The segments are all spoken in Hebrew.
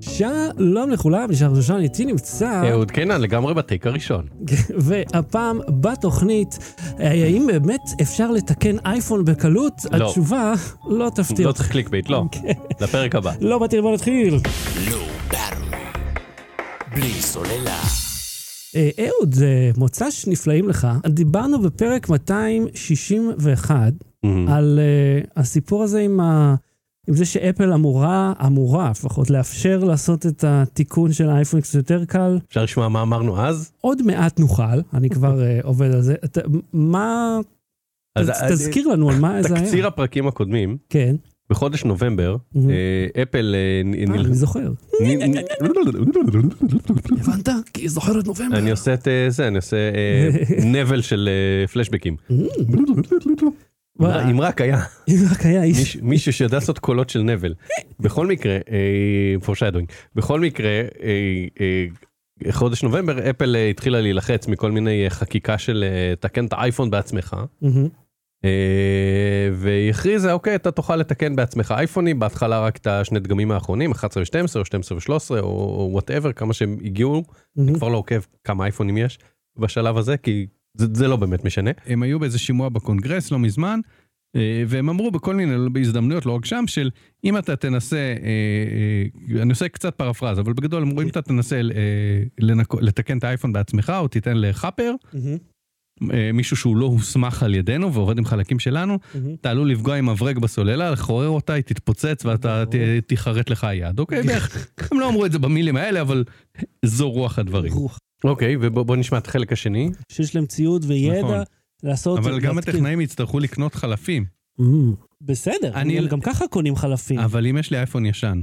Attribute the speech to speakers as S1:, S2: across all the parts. S1: שלום לכולם, נשאר שושן, איתי נמצא,
S2: אהוד קינן אה, כן, לגמרי בטייק הראשון.
S1: והפעם בתוכנית, אה, האם באמת אפשר לתקן אייפון בקלות?
S2: לא.
S1: התשובה לא תפתיע
S2: לא
S1: אותך.
S2: צריך קליק בייט, לא.
S1: כן.
S2: לפרק הבא.
S1: לא באתי, בוא נתחיל.
S3: לא ברמי, בלי סוללה.
S1: אה, אהוד, אה, מוצ"ש נפלאים לך. דיברנו בפרק 261 על אה, הסיפור הזה עם ה... עם זה שאפל אמורה, אמורה לפחות, לאפשר לעשות את התיקון של האייפון קצת יותר קל.
S2: אפשר לשמוע מה אמרנו אז?
S1: עוד מעט נוכל, אני כבר אה, עובד על זה. אתה- מה...
S2: אז-
S1: ת-
S2: אז-
S1: תזכיר לנו על מה זה היה.
S2: תקציר הפרקים הקודמים,
S1: כן,
S2: בחודש נובמבר,
S1: Mhm.
S2: אה, אפל... אה, נ-
S1: אה,
S2: נל-
S1: אני זוכר.
S2: נ- נ-
S1: הבנת? כי זוכר את נובמבר. Mm.
S2: אני עושה את אה, זה, אני עושה אה, נבל של אה, פלשבקים.
S1: וואי.
S2: אם רק היה
S1: אם רק היה איש...
S2: מיש- מישהו שיודע לעשות קולות של נבל. בכל מקרה, פורשיידוינג, בכל מקרה, אה, אה, חודש נובמבר אפל אה, התחילה להילחץ מכל מיני אה, חקיקה של אה, תקן את האייפון בעצמך.
S1: מהמם.
S2: אה, והיא הכריזה, אוקיי, אתה תוכל לתקן בעצמך אייפונים, בהתחלה רק את השני דגמים האחרונים, 11 ו-12 או 12 ו-13 או וואטאבר, כמה שהם הגיעו,
S1: Mm-hmm.
S2: אני כבר לא עוקב כמה אייפונים יש בשלב הזה, כי זה, זה לא באמת משנה. הם היו באיזה שימוע בקונגרס לא מזמן, אה, והם אמרו בכל מיני, בהזדמנויות, לא רק שם, של אם אתה תנסה, אה, אה, אני עושה קצת פרפרז, אבל בגדול הם אומרים, אם אתה תנסה אה, לנק- לתקן את האייפון בעצמך, או תיתן לחאפר,
S1: מהמם.
S2: אה, מישהו שהוא לא הוסמך על ידינו ועובד עם חלקים שלנו,
S1: מהמם.
S2: אתה עלול לפגוע עם מברג בסוללה, לחורר אותה, היא תתפוצץ ואתה ת- תיחרט לך היד, אוקיי? בערך. הם לא אמרו את זה במילים האלה, אבל זו רוח הדברים.
S1: רוח.
S2: אוקיי, ובוא נשמע את החלק השני.
S1: שיש להם ציוד
S2: נכון.
S1: וידע לעשות...
S4: אבל גם
S1: להתקין.
S4: הטכנאים יצטרכו לקנות חלפים.
S1: מהמם. בסדר,
S4: אני-
S1: אבל גם ככה קונים חלפים.
S4: אבל אם יש לי אייפון ישן,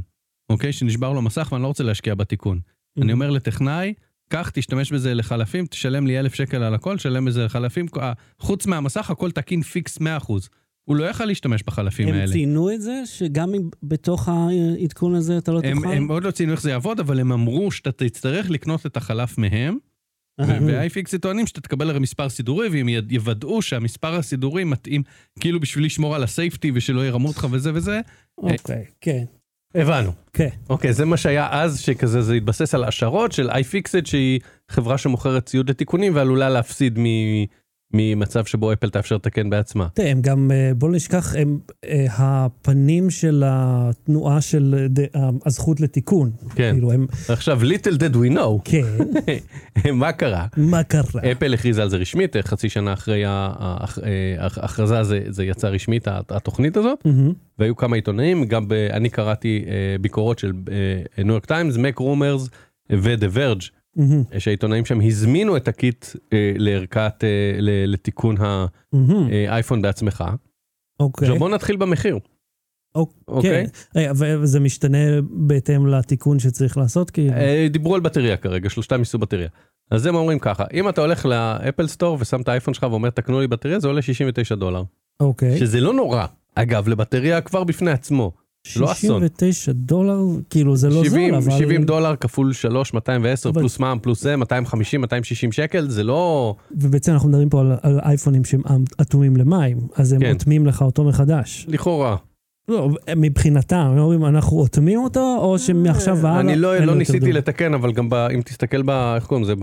S4: אוקיי? שנשבר לו מסך ואני לא רוצה להשקיע בתיקון. אני
S1: Mm.
S4: אומר לטכנאי, קח, תשתמש בזה לחלפים, תשלם לי אלף שקל על הכל, תשלם בזה לחלפים. אה, חוץ מהמסך, הכל תקין פיקס 100%. הוא לא יכל להשתמש בחלפים
S1: הם
S4: האלה.
S1: ציינו את זה, שגם אם בתוך העדכון הזה אתה לא
S4: הם,
S1: תוכל?
S4: הם עוד לא ציינו איך זה יעבוד, אבל הם אמרו שאתה תצטרך לקנות את החלף מהם,
S1: אה,
S4: ו-iFixit טוענים שאתה תקבל הרי מספר סידורי, והם י- יוודאו שהמספר הסידורי מתאים, כאילו בשביל לשמור על הסייפטי ושלא ירמו אותך וזה וזה,
S1: אוקיי, כן.
S2: הבנו.
S1: כן.
S2: אוקיי, זה מה שהיה אז, שכזה זה התבסס על השערות של iFixit, שהיא חברה שמוכרת ציוד לתיקונים ועלולה להפסיד מ- ממצב שבו אפל תאפשר לתקן בעצמה.
S1: תראה, הם גם, אה, בוא לא נשכח, הם אה, הפנים של התנועה של אה, ד- אה, הזכות לתיקון.
S2: כן.
S1: כאילו, הם,
S2: עכשיו, little did we know,
S1: כן,
S2: מה קרה?
S1: מה קרה?
S2: אפל הכריזה על זה רשמית, אה, חצי שנה אחרי ה- ה- אה, ההכרזה זה, זה יצא רשמית, הת- התוכנית הזאת,
S1: מהמם.
S2: והיו כמה עיתונאים, גם ב, אני קראתי אה, ביקורות של ניו יורק טיימס, מק רומרס ודה ורג',
S1: מהמם.
S2: שהעיתונאים שם הזמינו את הקיט אה, לערכת, אה, ל- לתיקון
S1: מהמם.
S2: האייפון בעצמך.
S1: אוקיי.
S2: עכשיו בואו נתחיל במחיר.
S1: כן.
S2: אוקיי.
S1: רגע, ו- וזה משתנה בהתאם לתיקון שצריך לעשות, כאילו?
S2: אה, דיברו על בטריה כרגע, שלושתם ייסעו בטריה. אז הם אומרים ככה, אם אתה הולך לאפל סטור ושם את האייפון שלך ואומר תקנו לי בטריה, זה עולה 69 דולר.
S1: אוקיי.
S2: שזה לא נורא, אגב, לבטריה כבר בפני עצמו. לא אסון.
S1: 69 דולר, כאילו זה לא
S2: 70,
S1: זול, אבל...
S2: 70 דולר כפול 3, 210
S1: אבל-
S2: פלוס מע"מ פלוס זה, 250, 260 שקל, זה לא...
S1: ובעצם אנחנו מדברים פה על, על אייפונים שהם אמ, אטומים למים, אז הם
S2: כן.
S1: אוטמים לך אותו מחדש.
S2: לכאורה.
S1: לא, מבחינתם, הם אומרים, אנחנו אוטמים אותו, או שמעכשיו והלאה...
S2: אני לא,
S1: אין לו
S2: לא
S1: יותר
S2: ניסיתי
S1: דולר."
S2: לתקן, אבל גם ב, אם תסתכל ב... איך קוראים לזה?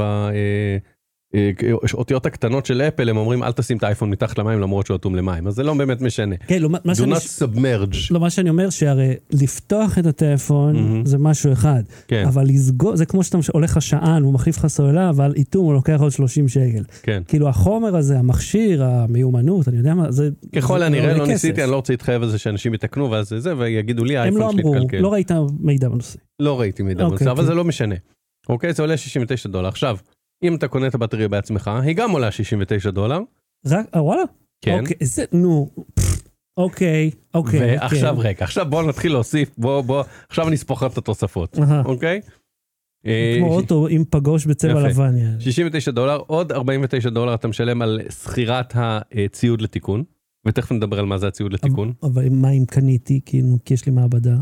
S2: באותיות הקטנות של אפל, הם אומרים אל תשים את האייפון מתחת למים למרות שהוא אטום למים, אז זה לא באמת משנה.
S1: כן, לא, מה- מה
S2: Do
S1: שאני...
S2: not submerge.
S1: לא, מה שאני אומר, שהרי לפתוח את הטלפון
S2: Mhm.
S1: זה משהו אחד,
S2: כן,
S1: אבל לסגור, זה כמו שאתה הולך לך שען, הוא מחליף לך סוללה, אבל איתום הוא לוקח עוד 30 שקל.
S2: כן.
S1: כאילו החומר הזה, המכשיר, המיומנות, אני יודע מה, זה...
S2: ככל
S1: זה
S2: הנראה
S1: עולה
S2: לא
S1: כסף.
S2: ניסיתי, אני לא רוצה להתחייב על זה שאנשים יתקנו ואז זה, ויגידו לי
S1: הם לא
S2: האייפון שלי
S1: אמרו,
S2: התקלקל.
S1: לא ראית מידע בנושא.
S2: לא ראיתי מידע
S1: אוקיי,
S2: בנושא, אבל
S1: כן.
S2: זה לא משנה. אוקיי, זה עולה 69 דולר. עכשיו, אם אתה קונה את הבטריה בעצמך, היא גם עולה 69 דולר.
S1: רק, אה, וואלה?
S2: כן.
S1: אוקיי, זה, נו, פפ, אוקיי, אוקיי.
S2: ועכשיו
S1: כן.
S2: רגע, עכשיו בואו נתחיל להוסיף, בואו, בואו, עכשיו נספור לך את התוספות,
S1: אהה,
S2: אוקיי? אה,
S1: כמו אוטו עם פגוש בצבע
S2: יפה.
S1: לבן. יעני.
S2: 69 דולר, עוד 49 דולר אתה משלם על שכירת הציוד לתיקון, ותכף נדבר על מה זה הציוד לתיקון.
S1: אבל מה אם קניתי, כאילו, כי יש לי מעבדה.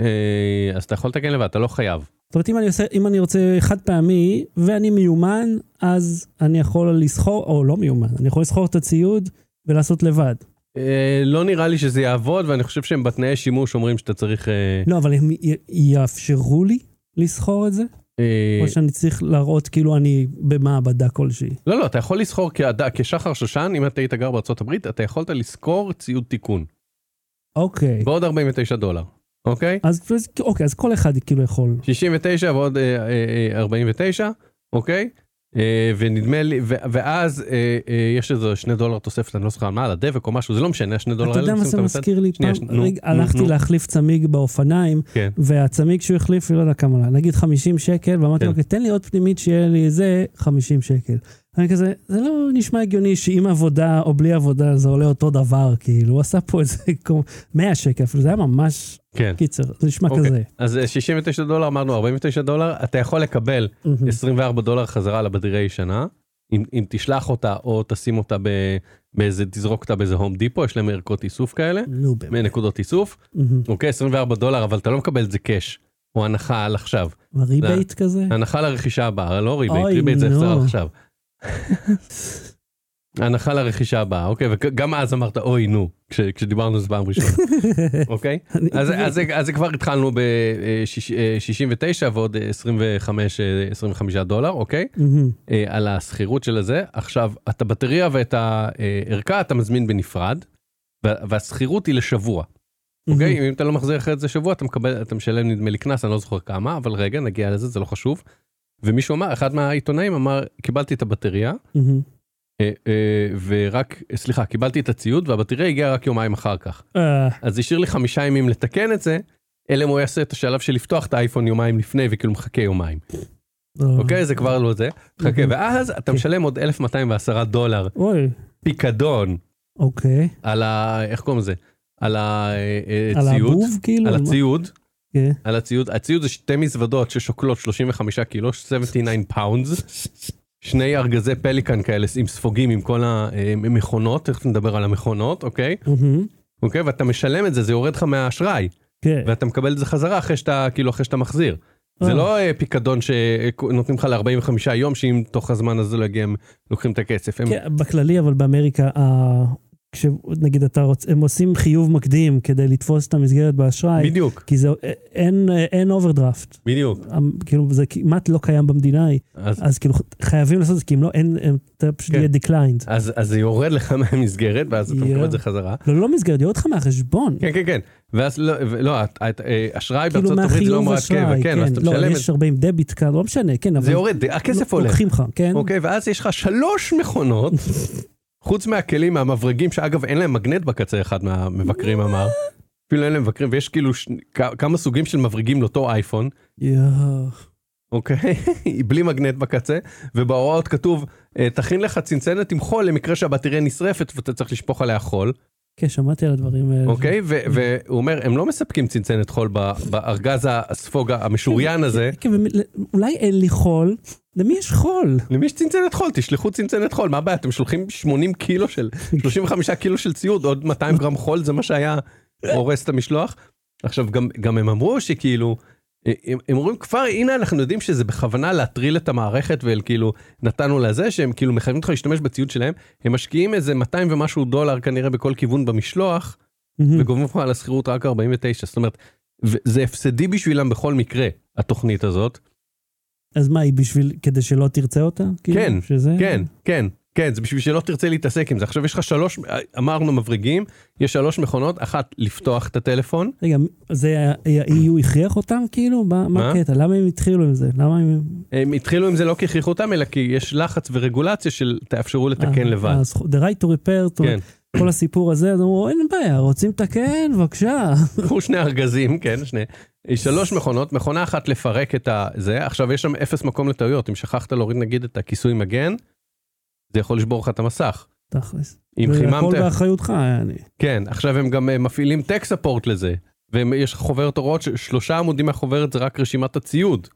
S2: אה, אז אתה יכול לתקן לבד, אתה לא חייב.
S1: זאת אומרת, אם אני, עושה, אם אני רוצה חד פעמי ואני מיומן, אז אני יכול לסחור, או לא מיומן, אני יכול לסחור את הציוד ולעשות לבד.
S2: אה, לא נראה לי שזה יעבוד, ואני חושב שהם בתנאי שימוש אומרים שאתה צריך... אה,
S1: לא, אבל הם י- יאפשרו לי לסחור את זה?
S2: אה,
S1: או שאני צריך להראות כאילו אני במעבדה כלשהי?
S2: לא, לא, אתה יכול לסחור כאד- כשחר שושן, אם אתה היית גר בארצות הברית, אתה יכולת לשכור ציוד תיקון.
S1: אוקיי.
S2: בעוד 49 דולר, אוקיי?
S1: אז אז- אוקיי, אז כל אחד כאילו יכול.
S2: 69 ועוד אה, אה, אה, 49, אוקיי? אה, ונדמה לי, ו- ואז אה, אה, יש איזה שני דולר תוספת, אני לא זוכר על מה, על הדבק או משהו, זה לא משנה, השני דולר
S1: אתה יודע מה
S2: שמים
S1: זה
S2: אותם בצד.
S1: מזכיר לי?
S2: שנייה,
S1: פעם
S2: ש- נו,
S1: רגע,
S2: נו,
S1: הלכתי
S2: נו.
S1: להחליף צמיג באופניים,
S2: כן.
S1: והצמיג שהוא החליף, לא יודע כמה, נגיד 50 שקל, ואמרתי
S2: כן.
S1: לו, "אוקיי, תן לי עוד פנימית שיהיה לי זה, 50 שקל. אני כזה, זה לא נשמע הגיוני שעם עבודה או בלי עבודה זה עולה אותו דבר, כאילו, הוא עשה פה איזה כמו 100 שקל, אפילו זה היה ממש
S2: כן.
S1: קיצר, זה נשמע
S2: אוקיי.
S1: כזה.
S2: אז אה, 69 דולר, אמרנו 49 דולר, אתה יכול לקבל
S1: מהמם.
S2: 24 דולר חזרה לבדירי הישנה, אם, אם תשלח אותה או תשים אותה ב, באיזה, תזרוק אותה באיזה הום דיפו, יש להם ערכות איסוף כאלה,
S1: נו באמת.
S2: נקודות איסוף,
S1: מהמם.
S2: אוקיי, 24 דולר, אבל אתה לא מקבל את זה קאש, או הנחה על עכשיו.
S1: ריבייט כזה?
S2: הנחה לרכישה הבאה, לא ריבייט,
S1: אוי,
S2: ריבייט זה
S1: נו.
S2: החזר על עכשיו. הנחה לרכישה הבאה, אוקיי, וגם אז אמרת אוי נו, כש- כשדיברנו על זה פעם ראשונה, אוקיי?
S1: אני-
S2: אז, אז, אז כבר התחלנו אה, ב-69 ועוד 25, אה, 25 דולר, אוקיי?
S1: מהמם.
S2: אה, על השכירות של הזה. עכשיו, את הבטריה ואת הערכה אתה מזמין בנפרד, וה- והשכירות היא לשבוע,
S1: Mm-hmm.
S2: אוקיי? אם אתה לא מחזיר אחרי זה שבוע, אתה מקבל, אתה משלם נדמה לי קנס, אני לא זוכר כמה, אבל רגע, נגיע לזה, זה לא חשוב. ומישהו אמר, אחד מהעיתונאים אמר, קיבלתי את הבטריה,
S1: מהמם.
S2: אה, אה, ורק, סליחה, קיבלתי את הציוד, והבטריה הגיעה רק יומיים אחר כך.
S1: אה,
S2: אז השאיר לי חמישה ימים לתקן את זה, אלא אם הוא יעשה את השלב של לפתוח את האייפון יומיים לפני וכאילו מחכה יומיים,
S1: לא.
S2: אוקיי? זה כבר לא זה. חכה,
S1: אוקיי.
S2: ואז אתה
S1: כן.
S2: משלם עוד 1,210 דולר
S1: אוי,
S2: פיקדון
S1: אוקיי.
S2: על ה... איך קוראים לזה? על
S1: על
S2: הציוד.
S1: הבוב כאילו?
S2: על הציוד.
S1: כן.
S2: על הציוד. הציוד זה שתי מזוודות ששוקלות 35 קילו, 79 פאונדס. שני ארגזי פליקן כאלה עם ספוגים עם כל המכונות, תכף נדבר על המכונות, אוקיי?
S1: מהמם.
S2: אוקיי, ואתה משלם את זה, זה יורד לך מהאשראי.
S1: כן.
S2: ואתה מקבל את זה חזרה אחרי שאתה, כאילו, אחרי שאתה מחזיר. זה
S1: אה.
S2: לא אה, פיקדון שנותנים לך ל-45 יום, שאם תוך הזמן הזה לא יגיע, הם לוקחים את הכסף. הם-
S1: כן, בכללי, אבל באמריקה, ה- כשנגיד אתה רוצ... הם עושים חיוב מקדים כדי לתפוס את המסגרת באשראי,
S2: בדיוק,
S1: כי זה אה, אין, אין אוברדרפט.
S2: בדיוק.
S1: המ- כאילו זה כמעט לא קיים במדינה ההיא,
S2: אז-
S1: אז כאילו חייבים לעשות את זה, כי אם לא, אין, אין- אתה פשוט
S2: כן.
S1: יהיה declined.
S2: אז אז זה יורד לך מהמסגרת, ואז אתה מקבל
S1: יואו.
S2: את זה חזרה.
S1: לא, לא מסגרת, יורד לך מהחשבון.
S2: כן, כן, כן. ואז לא, ו- לא, את- את- אה, אשראי
S1: כאילו
S2: בארצות הברית זה לא
S1: מהחיוב
S2: אמרת קבע,
S1: אשראי,
S2: כן, אז אתה
S1: לא,
S2: משלם את
S1: יש הרבה עם דביט כאן, לא משנה, כן, אבל...
S2: זה יורד, הכסף
S1: לא-
S2: עולה.
S1: לוקחים לך, כן?
S2: אוקיי, ואז יש לך שלוש מכונות, חוץ מהכלים, מהמברגים, שאגב אין להם מגנט בקצה, אחד מהמבקרים אמר. אפילו אין להם מבקרים, ויש כאילו ש- כ- כמה סוגים של מברגים לאותו אייפון,
S1: יואו.
S2: אוקיי? בלי מגנט בקצה, ובהוראות כתוב, אה, תכין לך צנצנת עם חול למקרה שהבטריה נשרפת ואתה צריך לשפוך עליה חול,
S1: כן, שמעתי על הדברים האלה. כן,
S2: אוקיי? ו- והוא אומר, הם לא מספקים צנצנת חול ב- בארגז הספוג המשוריין הזה.
S1: כן, ומ- אולי אין לי חול, למי יש חול?
S2: למי יש צנצנת חול, תשלחו צנצנת חול, מה הבעיה? אתם שולחים 80 קילו של, 35 קילו של ציוד, עוד 200 גרם חול, זה מה שהיה הורס את המשלוח. עכשיו, גם, גם הם אמרו שכאילו, אה, הם, הם אומרים כבר, הנה אנחנו יודעים שזה בכוונה להטריל את המערכת וכאילו נתנו לזה, שהם כאילו מחייבים אותך להשתמש בציוד שלהם, הם משקיעים איזה 200 ומשהו דולר כנראה בכל כיוון במשלוח,
S1: Hmm.
S2: וגובים לך על השכירות רק 49, זאת אומרת, ו- זה הפסדי בשבילם בכל מקרה, התוכנית הזאת.
S1: Hmm. אז מה, היא בשביל, כדי שלא תרצה אותה? כאילו,
S2: כן,
S1: שזה...
S2: כן, כן, כן, זה בשביל שלא תרצה להתעסק עם זה. עכשיו יש לך שלוש, אמרנו מבריגים, יש שלוש מכונות, אחת לפתוח את הטלפון,
S1: רגע, זה ה-EU הכריח אותם כאילו? מה-
S2: מה?
S1: מה הקטע? למה הם התחילו עם זה? למה הם...
S2: הם התחילו עם זה לא כי הכריחו אותם, אלא כי יש לחץ ורגולציה של תאפשרו לתקן
S1: אה,
S2: כן לבד.
S1: אה, זכו- The right to repair, to-
S2: כן,
S1: כל הסיפור הזה, אז אמרו, אין בעיה, רוצים לתקן, בבקשה.
S2: קחו שני ארגזים, כן, שני. שלוש מכונות, מכונה אחת לפרק את ה- זה, עכשיו יש שם אפס מקום לטעויות, אם שכחת להוריד נגיד את הכיסוי מגן, זה יכול לשבור לך את המסך.
S1: תכלס.
S2: אם
S1: אה, הכל
S2: חיממת,
S1: באחריותך, יעני.
S2: כן, עכשיו הם גם אה, מפעילים tech support לזה, ויש חוברת הוראות, ש- שלושה עמודים מהחוברת זה רק רשימת הציוד,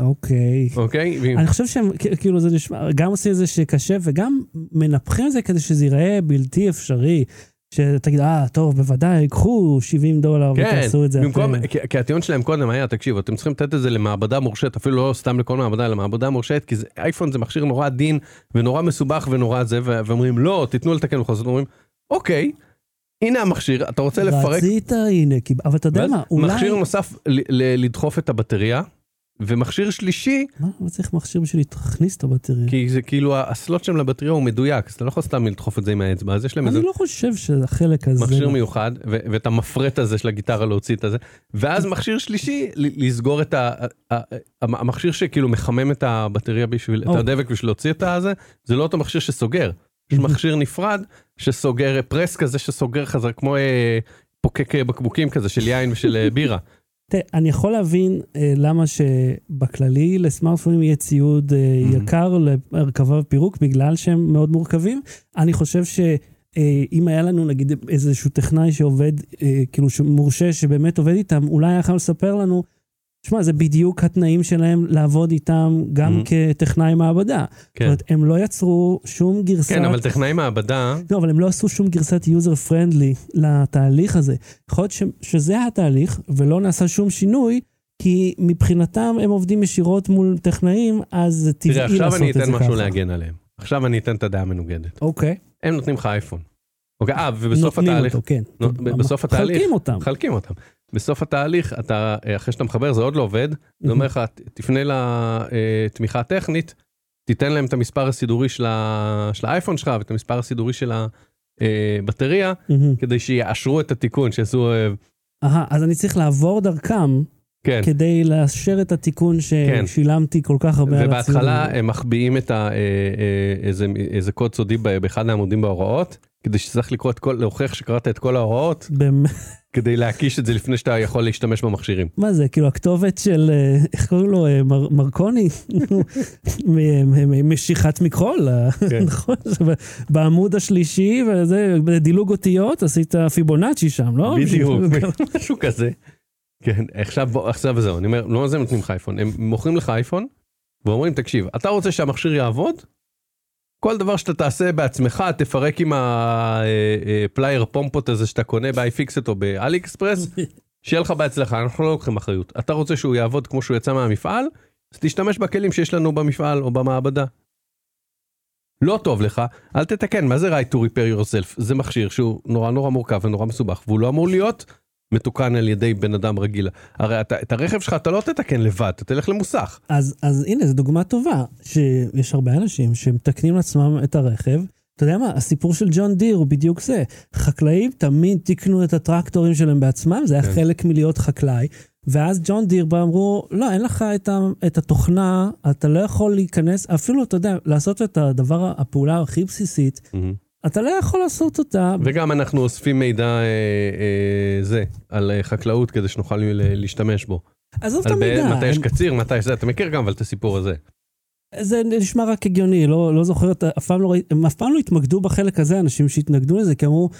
S1: אוקיי.
S2: אוקיי? ואם-
S1: אני חושב שהם, כ- כאילו, זה נשמע, גם עושים את זה שקשה, וגם מנפחים את זה כדי שזה ייראה בלתי אפשרי. שתגיד, אה, טוב, בוודאי, קחו 70 דולר
S2: כן,
S1: ותעשו את זה.
S2: במקום,
S1: אתם."
S2: כי- כי הטיעון שלהם קודם היה, תקשיבו, אתם צריכים לתת את זה למעבדה מורשית, אפילו לא סתם לכל מעבדה, אלא מעבדה מורשית, כי זה- אייפון זה מכשיר נורא עדין, ונורא מסובך ונורא זה, ו- ואומרים, לא, תיתנו לתקן בכל זאת, אומרים, אוקיי, הנה המכשיר, אתה רוצה לפרק,
S1: רצית, הנה, כי- אבל אתה יודע
S2: ואז
S1: מה, אולי...
S2: מכשיר נוסף ל- ל- לדחוף את הבטריה, ומכשיר שלישי,
S1: מה, אבל צריך מכשיר בשביל להכניס את הבטריה.
S2: כי זה כאילו הסלוט שם לבטריה הוא מדויק, אז אתה לא יכול סתם לדחוף את זה עם האצבע, אז יש להם איזה
S1: אני לא חושב שהחלק הזה...
S2: מכשיר מיוחד, ו- ואת המפרט הזה של הגיטרה להוציא את הזה, ואז מכשיר שלישי, ל- לסגור את ה... ה- ה- המכשיר שכאילו מחמם את הבטריה בשביל, את
S1: או.
S2: הדבק בשביל להוציא את הזה, זה לא אותו מכשיר שסוגר, יש מכשיר נפרד שסוגר, אה, פרס כזה שסוגר חזרה, כמו אה, פוקק אה, בקבוקים כזה של יין ושל אה, בירה.
S1: תראה, אני יכול להבין אה, למה שבכללי לסמארטפונים יהיה ציוד אה,
S2: Mhm.
S1: יקר להרכבה ופירוק, בגלל שהם מאוד מורכבים. אני חושב ש... אה, אם היה לנו נגיד איזשהו טכנאי שעובד, אה, כאילו מורשה שבאמת עובד איתם, אולי היה יכול לספר לנו, שמע, זה בדיוק התנאים שלהם לעבוד איתם גם
S2: Mhm.
S1: כטכנאי מעבדה. זאת
S2: כן.
S1: אומרת, הם לא יצרו שום גרסה
S2: כן, אבל טכנאי מעבדה,
S1: לא, אבל הם לא עשו שום גרסת יוזר פרנדלי לתהליך הזה. יכול להיות ש- שזה התהליך, ולא נעשה שום שינוי, כי מבחינתם הם עובדים ישירות מול טכנאים, אז זה טבעי
S2: תראה,
S1: לעשות את זה ככה.
S2: עכשיו אני אתן משהו להגן עליהם. עכשיו אני אתן את הדעה המנוגדת.
S1: אוקיי.
S2: הם נותנים לך אייפון. אוקיי, אה, ובסוף
S1: נותנים
S2: התהליך,
S1: אותו, כן.
S2: נו, ב- בסוף התהליך.
S1: חלקים אותם.
S2: מחלקים אותם. בסוף התהליך, אתה, אה, אחרי שאתה מחבר, זה עוד לא עובד, זה אומר לך, "ת- תפנה לתמיכה הטכנית, תיתן להם את המספר הסידורי של, ה, של האייפון שלך ואת המספר הסידורי של הבטריה,
S1: מהמם.
S2: כדי שיאשרו את התיקון, שיעשו, אה,
S1: אהה, אז אני צריך לעבור דרכם
S2: כן.
S1: כדי לאשר את התיקון
S2: כן.
S1: ששילמתי כל כך הרבה על הציוד.
S2: ובהתחלה הם מחביאים את ה, אה, אה, איזה, איזה קוד סודי ב- באחד העמודים בהוראות, כדי שצריך לקרוא את כל, להוכיח שקראת את כל ההוראות,
S1: באמת.
S2: כדי להקיש את זה לפני שאתה יכול להשתמש במכשירים.
S1: מה זה, כאילו הכתובת של, אה, איך קוראים לו, אה, מר- מרקוני? מ- מ- מ- משיכת מכחול, אה,
S2: כן.
S1: נכון? שב- בעמוד השלישי, וזה, בדילוג אותיות, עשית פיבונאצ'י שם, לא?
S2: בדיוק, משהו כזה. כן, עכשיו בוא, עכשיו זהו, אני אומר, לא זה נותנים לך אייפון, הם מוכרים לך אייפון, ואומרים, תקשיב, אתה רוצה שהמכשיר יעבוד? כל דבר שאתה תעשה בעצמך, תפרק עם אה, הפלייר פומפות הזה שאתה קונה ב-iFixit או באלי אקספרס, שיהיה לך בהצלחה, אנחנו לא לוקחים אחריות. אתה רוצה שהוא יעבוד כמו שהוא יצא מהמפעל, אז תשתמש בכלים שיש לנו במפעל או במעבדה. לא טוב לך, אל תתקן, מה זה right to repair yourself? זה מכשיר שהוא נורא נורא מורכב ונורא מסובך, והוא לא אמור להיות מתוקן על ידי בן אדם רגיל. הרי אתה, את הרכב שלך אתה לא תתקן לבד, אתה תלך למוסך.
S1: אז, אז הנה, זו דוגמה טובה, שיש הרבה אנשים שמתקנים לעצמם את הרכב. אתה יודע מה, הסיפור של ג'ון דיר הוא בדיוק זה. חקלאים תמיד תיקנו את הטרקטורים שלהם בעצמם, זה היה
S2: כן.
S1: חלק מלהיות חקלאי. ואז ג'ון דיר בא, אמרו, לא, אין לך את, ה, את התוכנה, אתה לא יכול להיכנס, אפילו, אתה יודע, לעשות את הדבר, הפעולה הכי בסיסית, אתה לא יכול לעשות אותה.
S2: וגם אנחנו אוספים מידע אה, אה, זה, על אה, חקלאות כדי שנוכל ל- להשתמש בו.
S1: עזוב את
S2: על
S1: המידע.
S2: ב- מתי יש
S1: הם-
S2: קציר, מתי זה, אתה מכיר גם אבל את הסיפור הזה.
S1: זה נשמע רק הגיוני, לא, לא זוכר, את- אף פעם לא, ראי- הם אף פעם לא התמקדו בחלק הזה, אנשים שהתנגדו לזה, כי אמרו,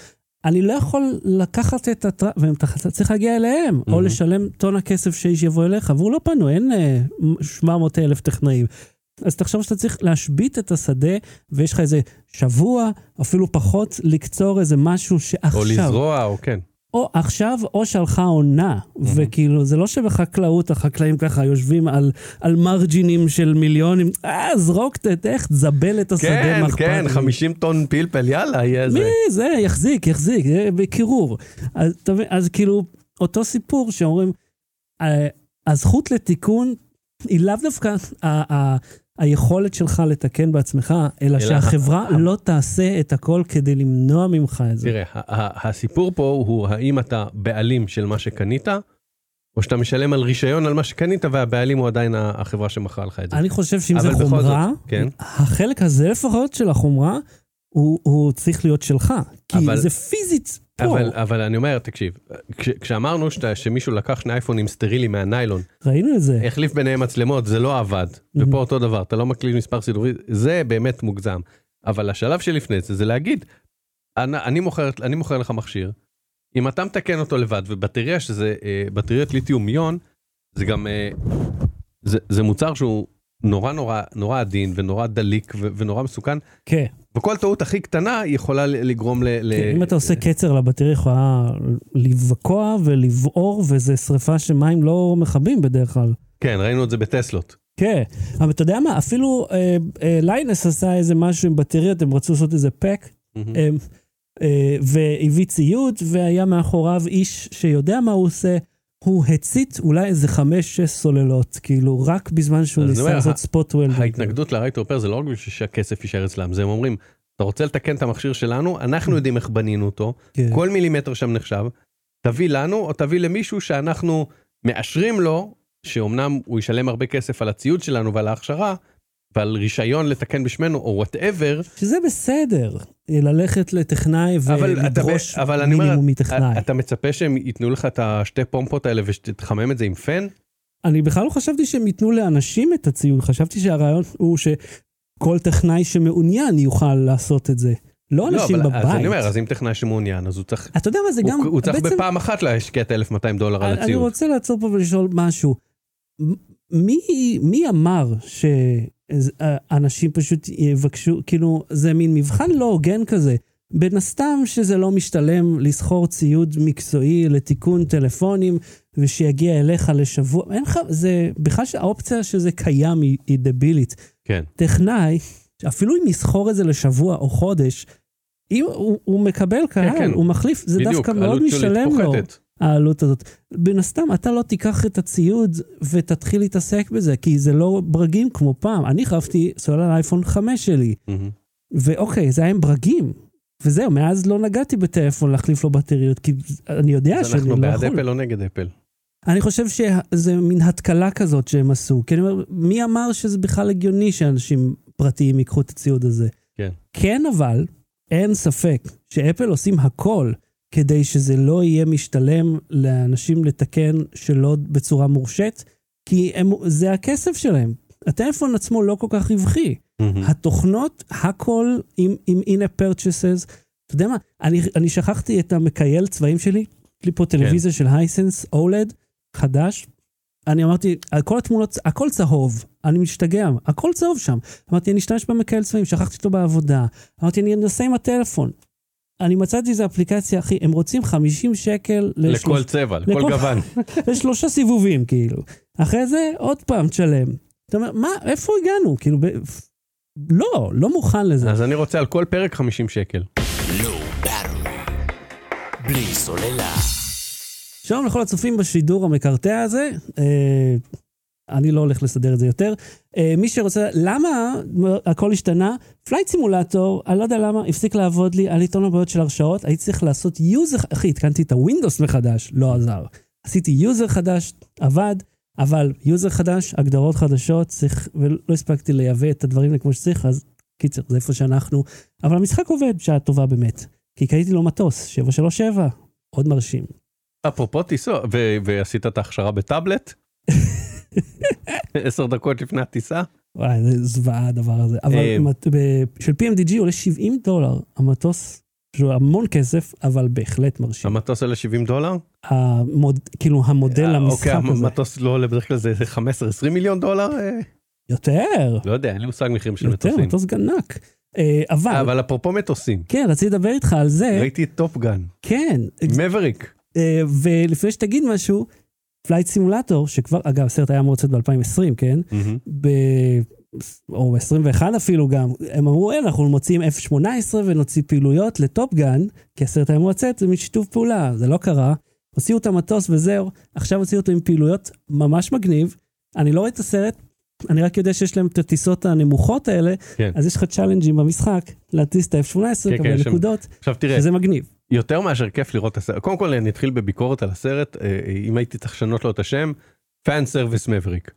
S1: אני לא יכול לקחת את הטרק, ואתה צריך להגיע אליהם, או
S2: מהמם.
S1: לשלם טון הכסף שאיש יבוא אליך, והוא לא פנו, אין אה, 700 אלף טכנאים. אז תחשוב שאתה צריך להשבית את השדה, ויש לך איזה שבוע, אפילו פחות, לקצור איזה משהו שעכשיו...
S2: או לזרוע, או כן.
S1: או עכשיו, או שהלכה עונה.
S2: Mhm.
S1: וכאילו, זה לא שבחקלאות החקלאים ככה יושבים על, על מרג'ינים של מיליונים, אה, זרוק, ת- איך, תזבל את השדה,
S2: כן,
S1: מה אכפת
S2: כן,
S1: לי?"
S2: 50 טון פלפל, יאללה, יהיה
S1: מי
S2: זה.
S1: זה, יחזיק, יחזיק, אה, בקירור. אז, אתה מבין, אז כאילו, אותו סיפור שאומרים, אה, הזכות לתיקון היא לאו דווקא ה- ה- היכולת שלך לתקן בעצמך, אלא שהחברה לא תעשה את הכל כדי למנוע ממך את זה.
S2: תראה, ה- ה- הסיפור פה הוא האם אתה בעלים של מה שקנית, או שאתה משלם על רישיון על מה שקנית, והבעלים הוא עדיין ה- החברה שמכרה לך את זה.
S1: אני חושב שאם זה
S2: אבל בכל
S1: חומרה,
S2: זאת, כן.
S1: החלק הזה לפחות של החומרה, הוא, הוא צריך להיות שלך. כי
S2: אבל-
S1: זה פיזית פה.
S2: אבל, אבל אני אומר, תקשיב, כש, כשאמרנו שאתה, שמישהו לקח שני אייפונים סטרילי מהניילון,
S1: ראינו את זה.
S2: החליף ביניהם מצלמות, זה לא עבד.
S1: Mhm.
S2: ופה אותו דבר, אתה לא מקליט מספר סידורי, זה באמת מוגזם. אבל השלב שלפני זה, זה להגיד, אני, אני, מוכר, אני מוכר לך מכשיר, אם אתה מתקן אותו לבד, ובטריה שזה אה, בטריות ליטיומיון, זה גם, אה, זה, זה מוצר שהוא נורא נורא נורא עדין ונורא דליק ו, ונורא מסוכן,
S1: כן.
S2: וכל טעות הכי קטנה יכולה ל- לגרום ל... ל-
S1: כן, אם אתה
S2: אה,
S1: עושה קצר לבטריה, יכולה לבקוע ולבעור, וזה שריפה שמים לא מכבים בדרך כלל.
S2: כן, ראינו את זה בטסלות.
S1: כן, אבל אתה יודע מה, אפילו אה, אה, ליינס עשה איזה משהו עם בטריות, הם רצו לעשות איזה פק, הם, אה, והביא ציוד, והיה מאחוריו איש שיודע מה הוא עושה. הוא הצית אולי איזה חמש-שש סוללות, כאילו, רק בזמן שהוא
S2: אז אני
S1: ניסה
S2: אומר,
S1: לעשות
S2: ה-
S1: ספוט וולדינג.
S2: ההתנגדות לרייט רופר זה לא רק בשביל שהכסף יישאר אצלם, זה הם אומרים, אתה רוצה לתקן את המכשיר שלנו, אנחנו יודעים איך בנינו אותו,
S1: כן.
S2: כל מילימטר שם נחשב, תביא לנו או תביא למישהו שאנחנו מאשרים לו, שאומנם הוא ישלם הרבה כסף על הציוד שלנו ועל ההכשרה, ועל רישיון לתקן בשמנו או וואטאבר,
S1: שזה בסדר, אה, ללכת לטכנאי
S2: אבל אתה-
S1: ולדרוש
S2: אבל אני אומר,
S1: מינימום מטכנאי.
S2: אתה מצפה שהם ייתנו לך את השתי פומפות האלה ושתחמם את זה עם פן?
S1: אני בכלל לא חשבתי שהם ייתנו לאנשים את הציוד, חשבתי שהרעיון הוא שכל טכנאי שמעוניין יוכל לעשות את זה. לא אנשים
S2: לא, אבל אז אני
S1: בבית.
S2: אומר, אז אם טכנאי שמעוניין, אז הוא צריך,
S1: אתה יודע מה זה גם,
S2: הוא, הוא צריך
S1: בעצם
S2: בפעם אחת להשקיע את 1200 דולר על
S1: אני- אני
S2: הציוד.
S1: רוצה לעצור פה ולשאול משהו. מ- מי, מי אמר שאנשים פשוט יבקשו, כאילו, זה מין מבחן לא הוגן כזה. בין הסתם שזה לא משתלם לסחור ציוד מקצועי לתיקון טלפונים ושיגיע אליך לשבוע, אין לך, זה, בכלל שהאופציה שזה קיים היא, היא דבילית.
S2: כן.
S1: טכנאי, אפילו אם יסחור את זה לשבוע או חודש, אם הוא, הוא מקבל קהל,
S2: כן.
S1: הוא מחליף, זה
S2: בדיוק,
S1: דווקא מאוד
S2: עלות שולית
S1: משלם לו.
S2: פוחתת.
S1: העלות הזאת. מן הסתם, אתה לא תיקח את הציוד ותתחיל להתעסק בזה, כי זה לא ברגים כמו פעם. אני חייבתי סוללה לאייפון 5 שלי,
S2: מהמם.
S1: ואוקיי, זה היה עם ברגים. וזהו, מאז לא נגעתי בטלפון להחליף לו בטריות, כי אני יודע
S2: אז
S1: שאני
S2: אנחנו
S1: לא
S2: בעד
S1: יכול.
S2: אפל או נגד אפל.
S1: אני חושב שזה מין התקלה כזאת שהם עשו. כי אני אומר, מי אמר שזה בכלל הגיוני שאנשים פרטיים ייקחו את הציוד הזה?
S2: כן.
S1: כן, אבל אין ספק שאפל עושים הכל כדי שזה לא יהיה משתלם לאנשים לתקן שלא בצורה מורשית, כי הם, זה הכסף שלהם. הטלפון עצמו לא כל כך רווחי. התוכנות, הכל עם, עם in-app purchases. אתה יודע מה, אני, אני שכחתי את המקייל צבעים שלי, יש לי פה טלוויזיה של הייסנס אולד, חדש. אני אמרתי, כל התמונות, הכל צהוב, אני משתגע, הכל צהוב שם. אמרתי, אני אשתמש במקייל צבעים, שכחתי אותו בעבודה. אמרתי, אני אנסה עם הטלפון. אני מצאתי איזה אפליקציה, אחי, הם רוצים 50 שקל לשלוש-
S2: לכל צבע, לכל
S1: לכל-
S2: גוון.
S1: לשלושה סיבובים, כאילו. אחרי זה, עוד פעם, תשלם. אתה אומר, מה, איפה הגענו? כאילו, ב... לא, לא מוכן לזה.
S2: אז אני רוצה על כל פרק 50 שקל.
S3: Low Battery. בלי סוללה.
S1: שלום לכל הצופים בשידור המקרטע הזה. אה, אני לא הולך לסדר את זה יותר. אה, מי שרוצה, למה הכל השתנה? פלייט סימולטור, אני לא יודע למה, הפסיק לעבוד לי, היה לי טון הבעיות של הרשאות, הייתי צריך לעשות יוזר, אחי, התקנתי את הווינדוס מחדש, לא עזר. עשיתי יוזר חדש, עבד, אבל יוזר חדש, הגדרות חדשות, צריך, ולא הספקתי לייבא את הדברים האלה כמו שצריך, אז קיצר, זה איפה שאנחנו. אבל המשחק עובד, שעה טובה באמת. כי קניתי לו מטוס, 737, עוד מרשים.
S2: אפרופו טיסה, ו- ועשית את ההכשרה בטאבלט? עשר דקות לפני הטיסה?
S1: וואי, זה זוועה הדבר הזה. אבל
S2: אה,
S1: מת- ב- של PMDG עולה 70 דולר המטוס, שהוא המון כסף, אבל בהחלט מרשים.
S2: המטוס עולה 70 דולר?
S1: המוד, כאילו המודל
S2: אה,
S1: למשחק
S2: אוקיי,
S1: הזה.
S2: המטוס לא עולה בדרך כלל זה 15-20 מיליון דולר? אה,
S1: יותר,
S2: לא יודע, אין לי מושג מחירים של
S1: יותר,
S2: מטוסים.
S1: מטוס גנק. אה,
S2: אה,
S1: אבל,
S2: אבל אפרופו מטוסים,
S1: כן, רציתי לדבר איתך על זה,
S2: ראיתי את טופגן,
S1: כן.
S2: מבריק.
S1: אה, ולפני שתגיד משהו, פלייט סימולטור, שכבר, אגב, הסרט היה אמור לצאת ב-2020, כן? ב... או 21 אפילו גם, הם אמרו, "אה, אנחנו מוציאים F-18 ונוציא פעילויות לטופגן, כי הסרט היה אמור לצאת, זה משיתוף פעולה, זה לא קרה. הוציאו את המטוס וזהו, עכשיו הוציאו אותו עם פעילויות ממש מגניב. אני לא רואה את הסרט, אני רק יודע שיש להם את הטיסות הנמוכות האלה,
S2: כן.
S1: אז יש לך צ'אלנג'ים במשחק, להטיס את ה-F-18,
S2: כן,
S1: לקבל
S2: יש שם- כן.
S1: נקודות,
S2: עכשיו תראה,
S1: שזה מגניב.
S2: יותר מאשר כיף לראות את הסרט. קודם כל נתחיל בביקורת על הסרט, אה, אם הייתי צריך לשנות לו את השם, פאן סרוויס מבריק.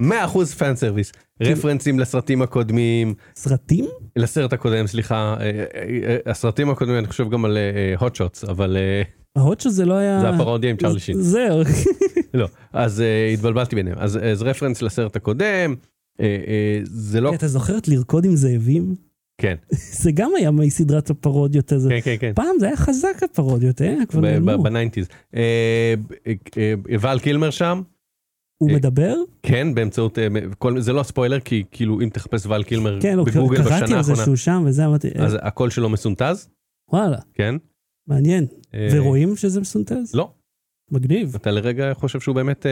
S2: 100% פאן סרוויס. רפרנסים לסרטים הקודמים,
S1: סרטים?
S2: לסרט הקודם, סליחה, אה, אה, אה, הסרטים הקודמים, אני חושב גם על הוט שוטס, אבל אה,
S1: ההודשו זה לא היה...
S2: זה הפרודיה עם צ'רלי שין.
S1: זהו,
S2: לא, אז אה, התבלבלתי ביניהם. אז אז רפרנס לסרט הקודם, אה, אה, זה לא...
S1: אתה זוכר את לרקוד עם זאבים?
S2: כן,
S1: זה גם היה מסדרת הפרודיות הזה.
S2: כן, כן, כן.
S1: פעם זה היה חזק הפרודיות, אה? כבר נעלמו.
S2: בניינטיז. אה, ואל אה, קילמר שם,
S1: הוא
S2: אה,
S1: מדבר?
S2: כן, באמצעות, אה, כל, זה לא ספוילר, כי כאילו אם תחפש ואל קילמר
S1: כן, לא,
S2: בגוגל
S1: קראתי
S2: בשנה
S1: על זה
S2: האחרונה,
S1: שהוא שם וזה, אמרתי, אה,
S2: אז הקול שלו מסונטז,
S1: וואלה,
S2: כן.
S1: מעניין.
S2: אה,
S1: ורואים שזה מסונטז?
S2: לא.
S1: מגניב.
S2: אתה לרגע חושב שהוא באמת אה,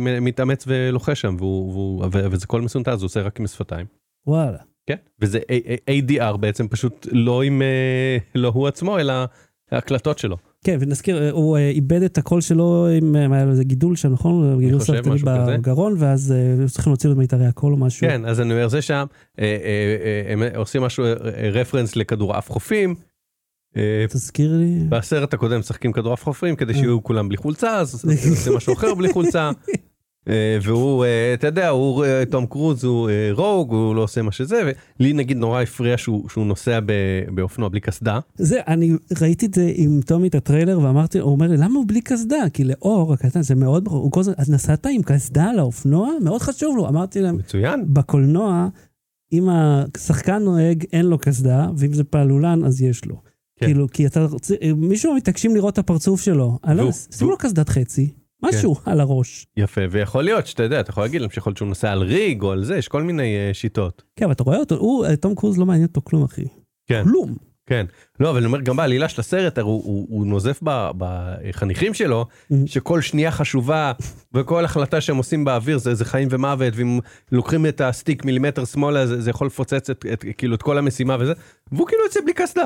S2: מ- מתאמץ ולוחש שם, והוא, והוא, ו- וזה קול מסונטז, הוא עושה רק עם השפתיים.
S1: וואלה.
S2: כן, וזה A- A- ADR בעצם, פשוט לא עם, אה, לא הוא עצמו, אלא ההקלטות שלו.
S1: כן, ונזכיר, אה, הוא אה, איבד את הקול שלו, עם, אה, היה לו איזה גידול שם, נכון? אני
S2: חושב, משהו כזה.
S1: בגרון, ואז אה, היו צריכים להוציא לו את מיתרי הקול או משהו.
S2: כן, אז אני אומר, זה שם, אה, אה, אה, הם עושים משהו, אה, אה, רפרנס לכדורעף חופים. אה,
S1: תזכיר לי.
S2: בסרט הקודם משחקים כדורעף חופרים כדי שיהיו כולם בלי חולצה, אז עושים משהו אחר בלי חולצה. אה, והוא, אה, אתה יודע, הוא, אה, תום קרוז הוא אה, רוג, הוא לא עושה מה שזה, ולי נגיד נורא הפריע שהוא שהוא נוסע ב- באופנוע בלי קסדה.
S1: זה, אני ראיתי את זה עם טומי את הטריילר, ואמרתי, הוא אומר לי, למה הוא בלי קסדה? כי לאור הקטן, זה מאוד, ברור." הוא כל הזמן, אז נסעת עם קסדה על האופנוע? מאוד חשוב לו. אמרתי להם,
S2: מצוין.
S1: בקולנוע, אם השחקן נוהג, אין לו קסדה, ואם זה פעלולן, אז יש לו.
S2: כן.
S1: כאילו, כי אתה רוצה, מישהו מתעקשים לראות את הפרצוף שלו. אני לא-
S2: והוא- כן.
S1: שימו לו קסדת חצי, משהו על הראש.
S2: יפה, ויכול להיות שאתה יודע, אתה יכול להגיד להם שיכול להיות שהוא נוסע על ריג או על זה, יש כל מיני אה, שיטות.
S1: כן, אבל אתה רואה אותו, הוא, אה, תום קרוז לא מעניין אותו כלום, אחי.
S2: כן.
S1: כלום.
S2: כן. לא, אבל אני אומר, גם בעלילה של הסרט, הרי הוא, הוא, הוא נוזף ב- בחניכים שלו, שכל שנייה חשובה, וכל החלטה שהם עושים באוויר זה, זה חיים ומוות, ואם לוקחים את הסטיק מילימטר שמאלה, זה, זה יכול לפוצץ את, את, כאילו, את כל המשימה וזה, והוא כאילו יוצא בלי קסדה,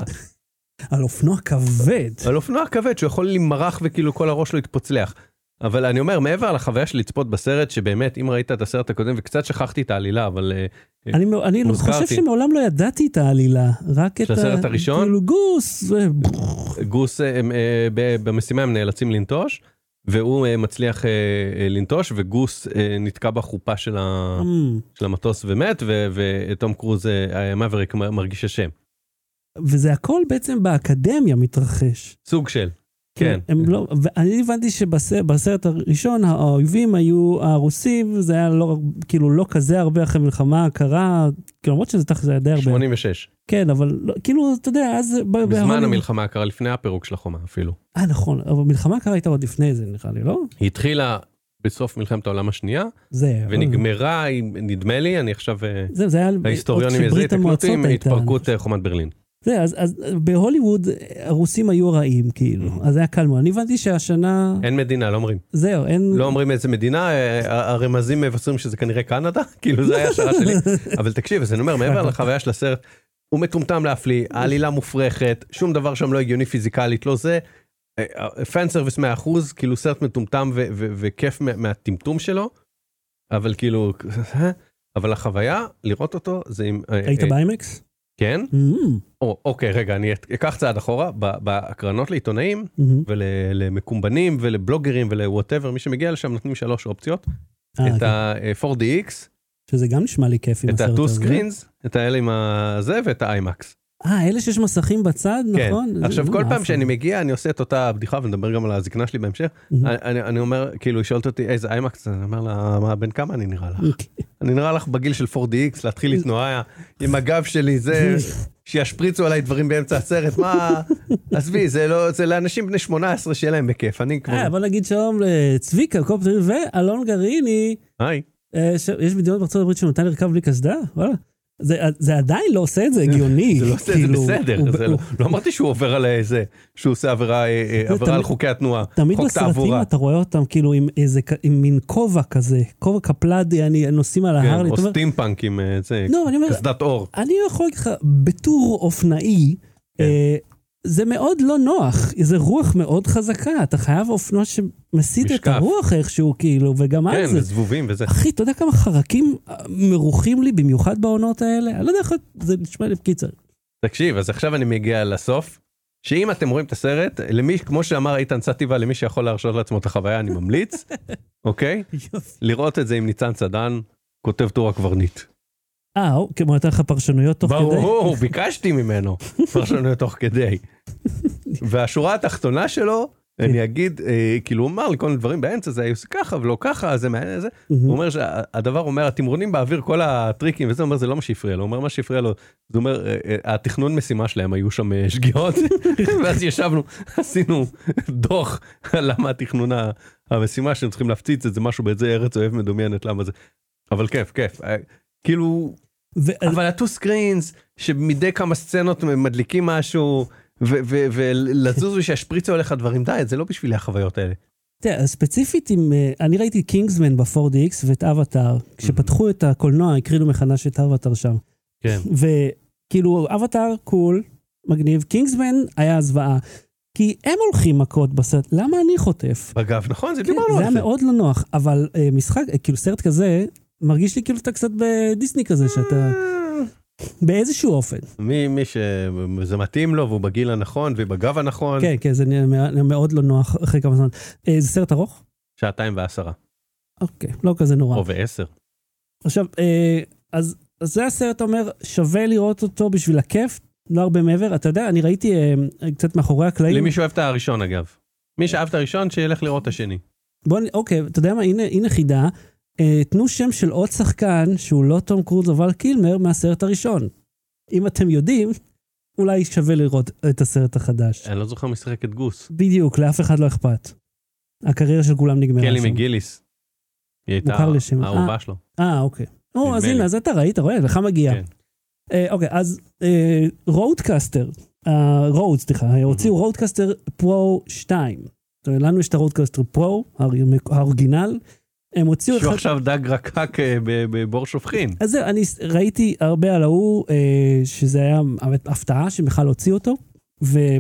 S1: על אופנוע כבד.
S2: על אופנוע כבד, שהוא יכול להימרח וכאילו כל הראש שלו יתפוצלח. אבל אני אומר, מעבר לחוויה של לצפות בסרט, שבאמת, אם ראית את הסרט הקודם, וקצת שכחתי את העלילה, אבל... אה,
S1: אני, אני לא
S2: הוזכרתי.
S1: חושב שמעולם לא ידעתי את העלילה, רק את
S2: של הסרט הראשון?
S1: כאילו גוס, זה-
S2: גוס, אה, הם, אה, ב- במשימה הם נאלצים לנטוש, והוא אה, מצליח אה, אה, לנטוש, וגוס אה, נתקע בחופה של, ה,
S1: אמ,
S2: של המטוס ומת, ו- וטום קרוז, אה, המבריק, מ- מרגיש אשם.
S1: וזה הכל בעצם באקדמיה מתרחש.
S2: סוג של. כן.
S1: הם לא, ואני הבנתי שבסרט הראשון האויבים היו הרוסים, זה היה לא, כאילו לא כזה הרבה אחרי מלחמה הקרה, כאילו, למרות שזה תכף זה היה די הרבה.
S2: 86.
S1: כן, אבל לא, כאילו, אתה יודע, אז... ב- בהרבה-
S2: בזמן המלחמה קרה לפני הפירוק של החומה אפילו.
S1: אה, נכון, אבל מלחמה הקרה הייתה עוד לפני זה, נראה לי, לא?
S2: היא התחילה בסוף מלחמת העולם השנייה,
S1: זה...
S2: ונגמרה, עם- נדמה לי, אני עכשיו... אה,
S1: זה, זה היה...
S2: ההיסטוריונים
S1: עוד
S2: לזה
S1: כשברית
S2: יתקנו אותי
S1: המועצות
S2: עם
S1: הייתה.
S2: התפרקות אה, חומת ברלין.
S1: זה, אז, אז בהוליווד הרוסים היו רעים, כאילו, אז היה קל מאוד. אני הבנתי שהשנה,
S2: Mm-hmm. אין מדינה, לא אומרים.
S1: זהו, אין...
S2: לא אומרים איזה מדינה, אה, הרמזים מבשרים שזה כנראה קנדה, כאילו זה היה השערה שלי. אבל תקשיב, אז אני אומר, מעבר לחוויה של הסרט, הוא מטומטם להפליא, העלילה מופרכת, שום דבר שם לא הגיוני פיזיקלית, לא זה. פן סרוויס 100%, כאילו סרט מטומטם ו- ו- וכיף מה- מהטמטום שלו, אבל כאילו, אבל החוויה, לראות אותו, זה עם... אה,
S1: היית
S2: אה,
S1: באיימקס?
S2: כן.
S1: אמ,
S2: או, אוקיי, רגע, אני אקח צעד אחורה, ב- בהקרנות לעיתונאים,
S1: אמ.
S2: ולמקומבנים ולבלוגרים ולוואטאבר, מי שמגיע לשם נותנים שלוש אופציות.
S1: אה,
S2: את
S1: כן.
S2: ה-4DX,
S1: שזה גם נשמע לי כיף עם
S2: את
S1: הסרט הזה.
S2: ה-2 screens, את האלה עם הזה ואת האיימקס.
S1: אה, אלה שיש מסכים בצד,
S2: כן.
S1: נכון? זה-
S2: עכשיו
S1: לא,
S2: כל
S1: מה,
S2: פעם
S1: אף
S2: שאני
S1: אחד.
S2: מגיע אני עושה את אותה בדיחה ונדבר גם על הזקנה שלי בהמשך.
S1: Mhm.
S2: אני- אני אני אומר, כאילו, היא שואלת אותי איזה איימקס, אני אומר לה, "מה, בן כמה אני נראה לך?
S1: אוקיי.
S2: אני נראה לך בגיל של 4DX, להתחיל לתנועה עם הגב שלי, זה, שישפריצו עליי דברים באמצע הסרט, מה, עזבי, זה לא, זה לאנשים בני 18 שיהיה להם בכיף, אני
S1: אה,
S2: כבר,
S1: בוא נגיד שלום לצביקה קופטרי ואלון גריני,
S2: היי.
S1: אה, ש- יש מדינות בארצות הברית שנותן לרכב בלי קסדה? וואלה. זה- זה עדיין לא עושה את זה הגיוני.
S2: זה לא עושה, זה
S1: כאילו,
S2: בסדר,
S1: הוא-
S2: זה לא
S1: הוא-
S2: לא אמרתי שהוא עובר על איזה, שהוא עושה עבירה אה, אה,
S1: זה
S2: עבירה על
S1: תמיד-
S2: חוקי התנועה,
S1: תמיד
S2: חוק
S1: בסרטים
S2: תעבורה.
S1: אתה רואה אותם כאילו עם איזה, כ- עם מין כובע כזה, כובע קפלדי, אני נוסעים על ההר,
S2: כן,
S1: אני
S2: או
S1: אומר,
S2: סטימפאנק עם אה, זה,
S1: לא, אני אומר,
S2: קסדת אור.
S1: אני יכול להגיד לך, בטור אופנאי,
S2: כן.
S1: אה, זה מאוד לא נוח, זה רוח מאוד חזקה, אתה חייב אופנוע שמסיט את
S2: משקף.
S1: הרוח איכשהו, כאילו, וגם
S2: כן,
S1: אז זה...
S2: זבובים וזה.
S1: אחי, אתה יודע כמה חרקים אה, מרוחים לי, במיוחד בעונות האלה? אני לא יודע איך זה נשמע לי בקיצר.
S2: תקשיב, אז עכשיו אני מגיע לסוף, שאם אתם רואים את הסרט, למי, כמו שאמר איתן סטיבה, למי שיכול להרשות לעצמו את החוויה, אני ממליץ, אוקיי? לראות את זה עם ניצן סדן, כותב טור הקברניט.
S1: אה, הוא- כמו נתן לך פרשנויות תוך כדי?
S2: ברור, ביקשתי ממנו פרשנויות תוך כדי. והשורה התחתונה שלו,
S1: כן.
S2: אני אגיד, אה, כאילו הוא אמר לי כל מיני דברים באמצע, זה היו ככה ולא ככה, זה מעניין, זה.
S1: מהמם.
S2: הוא אומר שהדבר אומר, התמרונים באוויר, כל הטריקים וזה, הוא אומר, זה לא מה שהפריע לו, הוא אומר, מה שהפריע לו, זה אומר, אה, אה, התכנון משימה שלהם היו שם אה, שגיאות, ואז ישבנו, עשינו דוח על למה התכנון, ה- המשימה שהם צריכים להפציץ את זה משהו באיזה ארץ אוהב מדומיינת, למה זה. אבל כיף, כיף. אה, כאילו,
S1: ו-
S2: אבל הטו סקרינס שמדי כמה סצנות מדליקים משהו
S1: כן.
S2: ולזוז ושישפריצו עליך דברים די זה לא בשבילי החוויות האלה.
S1: אה,
S4: כן.
S1: וכאילו, אבטאר קול, מגניב, קינגסמן היה זוועה. כי הם הולכים מכות בסרט, למה אני חוטף?
S2: אגב, נכון, זה
S1: כן,
S2: דיברנו
S1: זה
S2: על
S1: היה
S2: זה.
S1: מאוד לא נוח, אבל אה, משחק, אה, כאילו סרט כזה, מרגיש לי כאילו אתה קצת בדיסני כזה, שאתה
S2: אה.
S1: באיזשהו אופן.
S2: מי, מי שזה מתאים לו והוא בגיל הנכון ובגב הנכון,
S1: כן, כן, זה נראה נראה מאוד לא נוח אחרי כמה זמן. אה, זה סרט ארוך?
S2: שעתיים ועשרה,
S1: אוקיי, לא כזה נורא.
S2: או ועשר.
S1: עכשיו, אה, אז, אז זה הסרט אומר, שווה לראות אותו בשביל הכיף, לא הרבה מעבר. אתה יודע, אני ראיתי אה, קצת מאחורי הקלעים.
S2: למי שאוהב את הראשון אגב.
S1: כן.
S2: מי שאהב את הראשון, שילך לראות את השני.
S1: בוא, נ- אוקיי, אתה יודע מה, הנה, הנה חידה. אה, תנו שם של עוד שחקן שהוא לא תום קרוז אבל קילמר מהסרט הראשון. אם אתם יודעים, אולי שווה לראות את הסרט החדש.
S2: אני לא זוכר מי שיחק את גוס.
S1: בדיוק, לאף אחד לא אכפת. הקריירה של כולם נגמרה
S2: קלי
S1: שם.
S2: מגיליס. היא הייתה
S1: כן, מוכר לשם.
S2: האהובה שלו.
S1: אה, אוקיי. נו,
S2: נדמה
S1: אז
S2: לי.
S1: הנה, אז אתה ראית, רואה, לך מגיע.
S2: כן.
S1: אה, אוקיי, אז אה, רודקאסטר, אה, רוד, סליחה, הוציאו
S2: Mhm.
S1: רודקאסטר פרו 2. זאת אומרת, לנו יש את הרודקאסטר פרו, האור- האורגינל. הם הוציאו
S2: שהוא
S1: אחד... אה.
S2: עכשיו דג רקק אה, ב- בבור שופכין.
S1: אז זהו, אני ס- ראיתי הרבה על ההוא, אה, שזה היה האמת, הפתעה שבכלל הוציאו אותו. ומי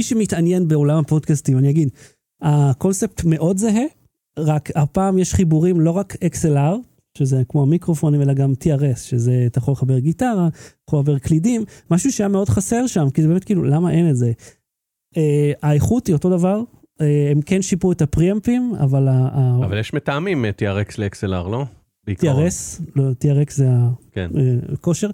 S1: שמתעניין בעולם הפודקאסטים, אני אגיד, הקונספט מאוד זהה, רק הפעם יש חיבורים לא רק XLR, שזה כמו מיקרופונים, אלא גם TRS, שזה אתה יכול לחבר גיטרה, יכול לחבר קלידים, משהו שהיה מאוד חסר שם, כי זה באמת כאילו, למה אין את זה? אה, האיכות היא אותו דבר, אה, הם כן שיפרו את הפריאמפים, אבל ה- ה-
S2: אבל יש מטעמים אה, TRX ל-XLR, לא? בעיקרון.
S1: TRS, לא, TRX זה
S2: כן.
S1: הכושר.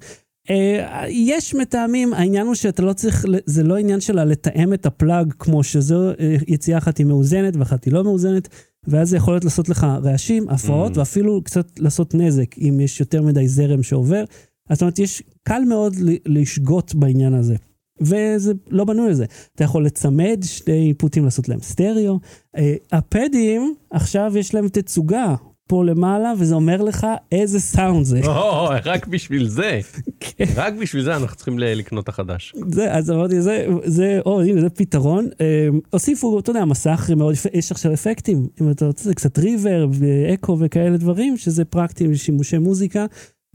S1: אה, יש מטעמים, העניין הוא שאתה לא צריך, ל- זה לא עניין שלה לתאם את הפלאג כמו שזו, אה, יציאה אחת היא מאוזנת ואחת היא לא מאוזנת, ואז זה יכול להיות לעשות לך רעשים, הפרעות,
S2: Mm.
S1: ואפילו קצת לעשות נזק, אם יש יותר מדי זרם שעובר. אז זאת אומרת, יש, קל מאוד ל- לשגות בעניין הזה. וזה לא בנוי לזה. אתה יכול לצמד שני אינפוטים, לעשות להם סטריאו. אה, הפדים, עכשיו יש להם תצוגה פה למעלה, וזה אומר לך איזה סאונד זה.
S2: או, רק בשביל זה,
S1: כן.
S2: רק בשביל זה אנחנו צריכים ל- לקנות החדש.
S1: זה, אז אמרתי, זה, זה, או, הנה, זה פתרון. אה, הוסיפו, אתה יודע, מסך מאוד, יפה, יש עכשיו אפקטים, אם אתה רוצה, זה קצת ריברב, אקו וכאלה דברים, שזה פרקטי לשימושי מוזיקה.